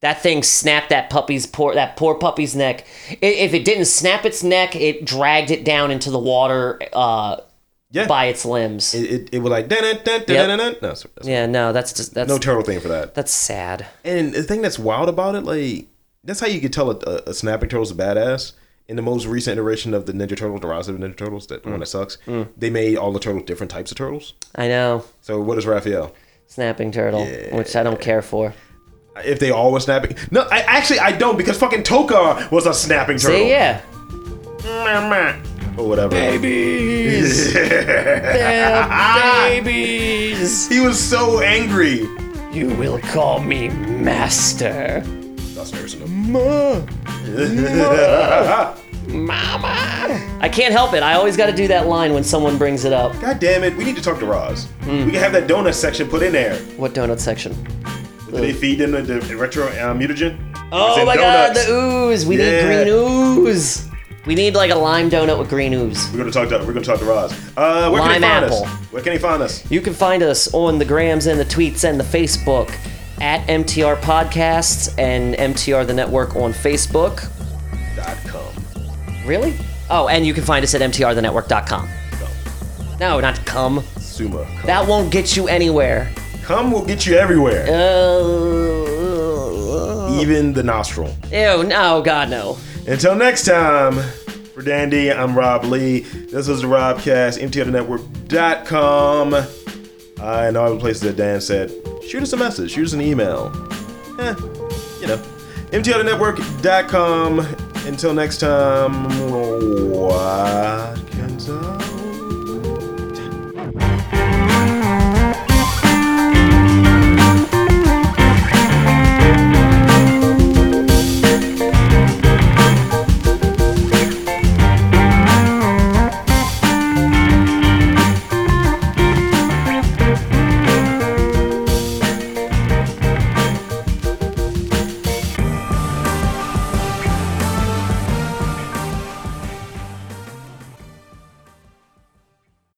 That thing snapped that puppy's poor that poor puppy's neck. I- If it didn't snap its neck, it dragged it down into the water uh, yeah. by its limbs. It, it, it was like dun, dun, dun, dun, Yep. dun, dun. No, sorry, that's yeah, no, that's just that's no turtle thing for that. that's sad. And the thing that's wild about it, like that's how you could tell a, a, a snapping turtle's a badass. In the most recent iteration of the Ninja Turtles, the Rise of the Ninja Turtles, that Mm. one that sucks, they made all the turtles different types of turtles. I know. So what is Raphael? Snapping turtle, which I don't care for. If they all were snapping, no, I actually I don't because fucking Toka was a snapping turtle. See, yeah. Meh, meh. or whatever. Babies, Ah! babies. he was so angry. You will call me master. That's personal. I can't help it. I always got to do that line when someone brings it up. God damn it, we need to talk to Roz. Hmm. We can have that donut section put in there. What donut section? Do they feed them the, the retro uh, mutagen? Or is Hmm. Oh it my god, donuts? the ooze. We need Yeah. green ooze. We need like a lime donut with green ooze. We're gonna talk to we're gonna talk to Roz. Uh, where Lime can they find apple. us? Where can they find us? You can find us on the grams and the tweets and the Facebook at MTR Podcasts and MTR the Network on Facebook. Dot com. Really? Oh, and you can find us at Come. mtrthenetwork.com. No, not come. Suma. Come. That won't get you anywhere. come will get you everywhere. Uh, Even the nostril. ew, no, God, no. Until next time, for Dandy, I'm Rob Lee. This is the Robcast, mtlnetwork.com. Uh, and all the places that Dan said, shoot us a message, shoot us an email. Eh, you know. mtlnetwork.com. Until next time, what?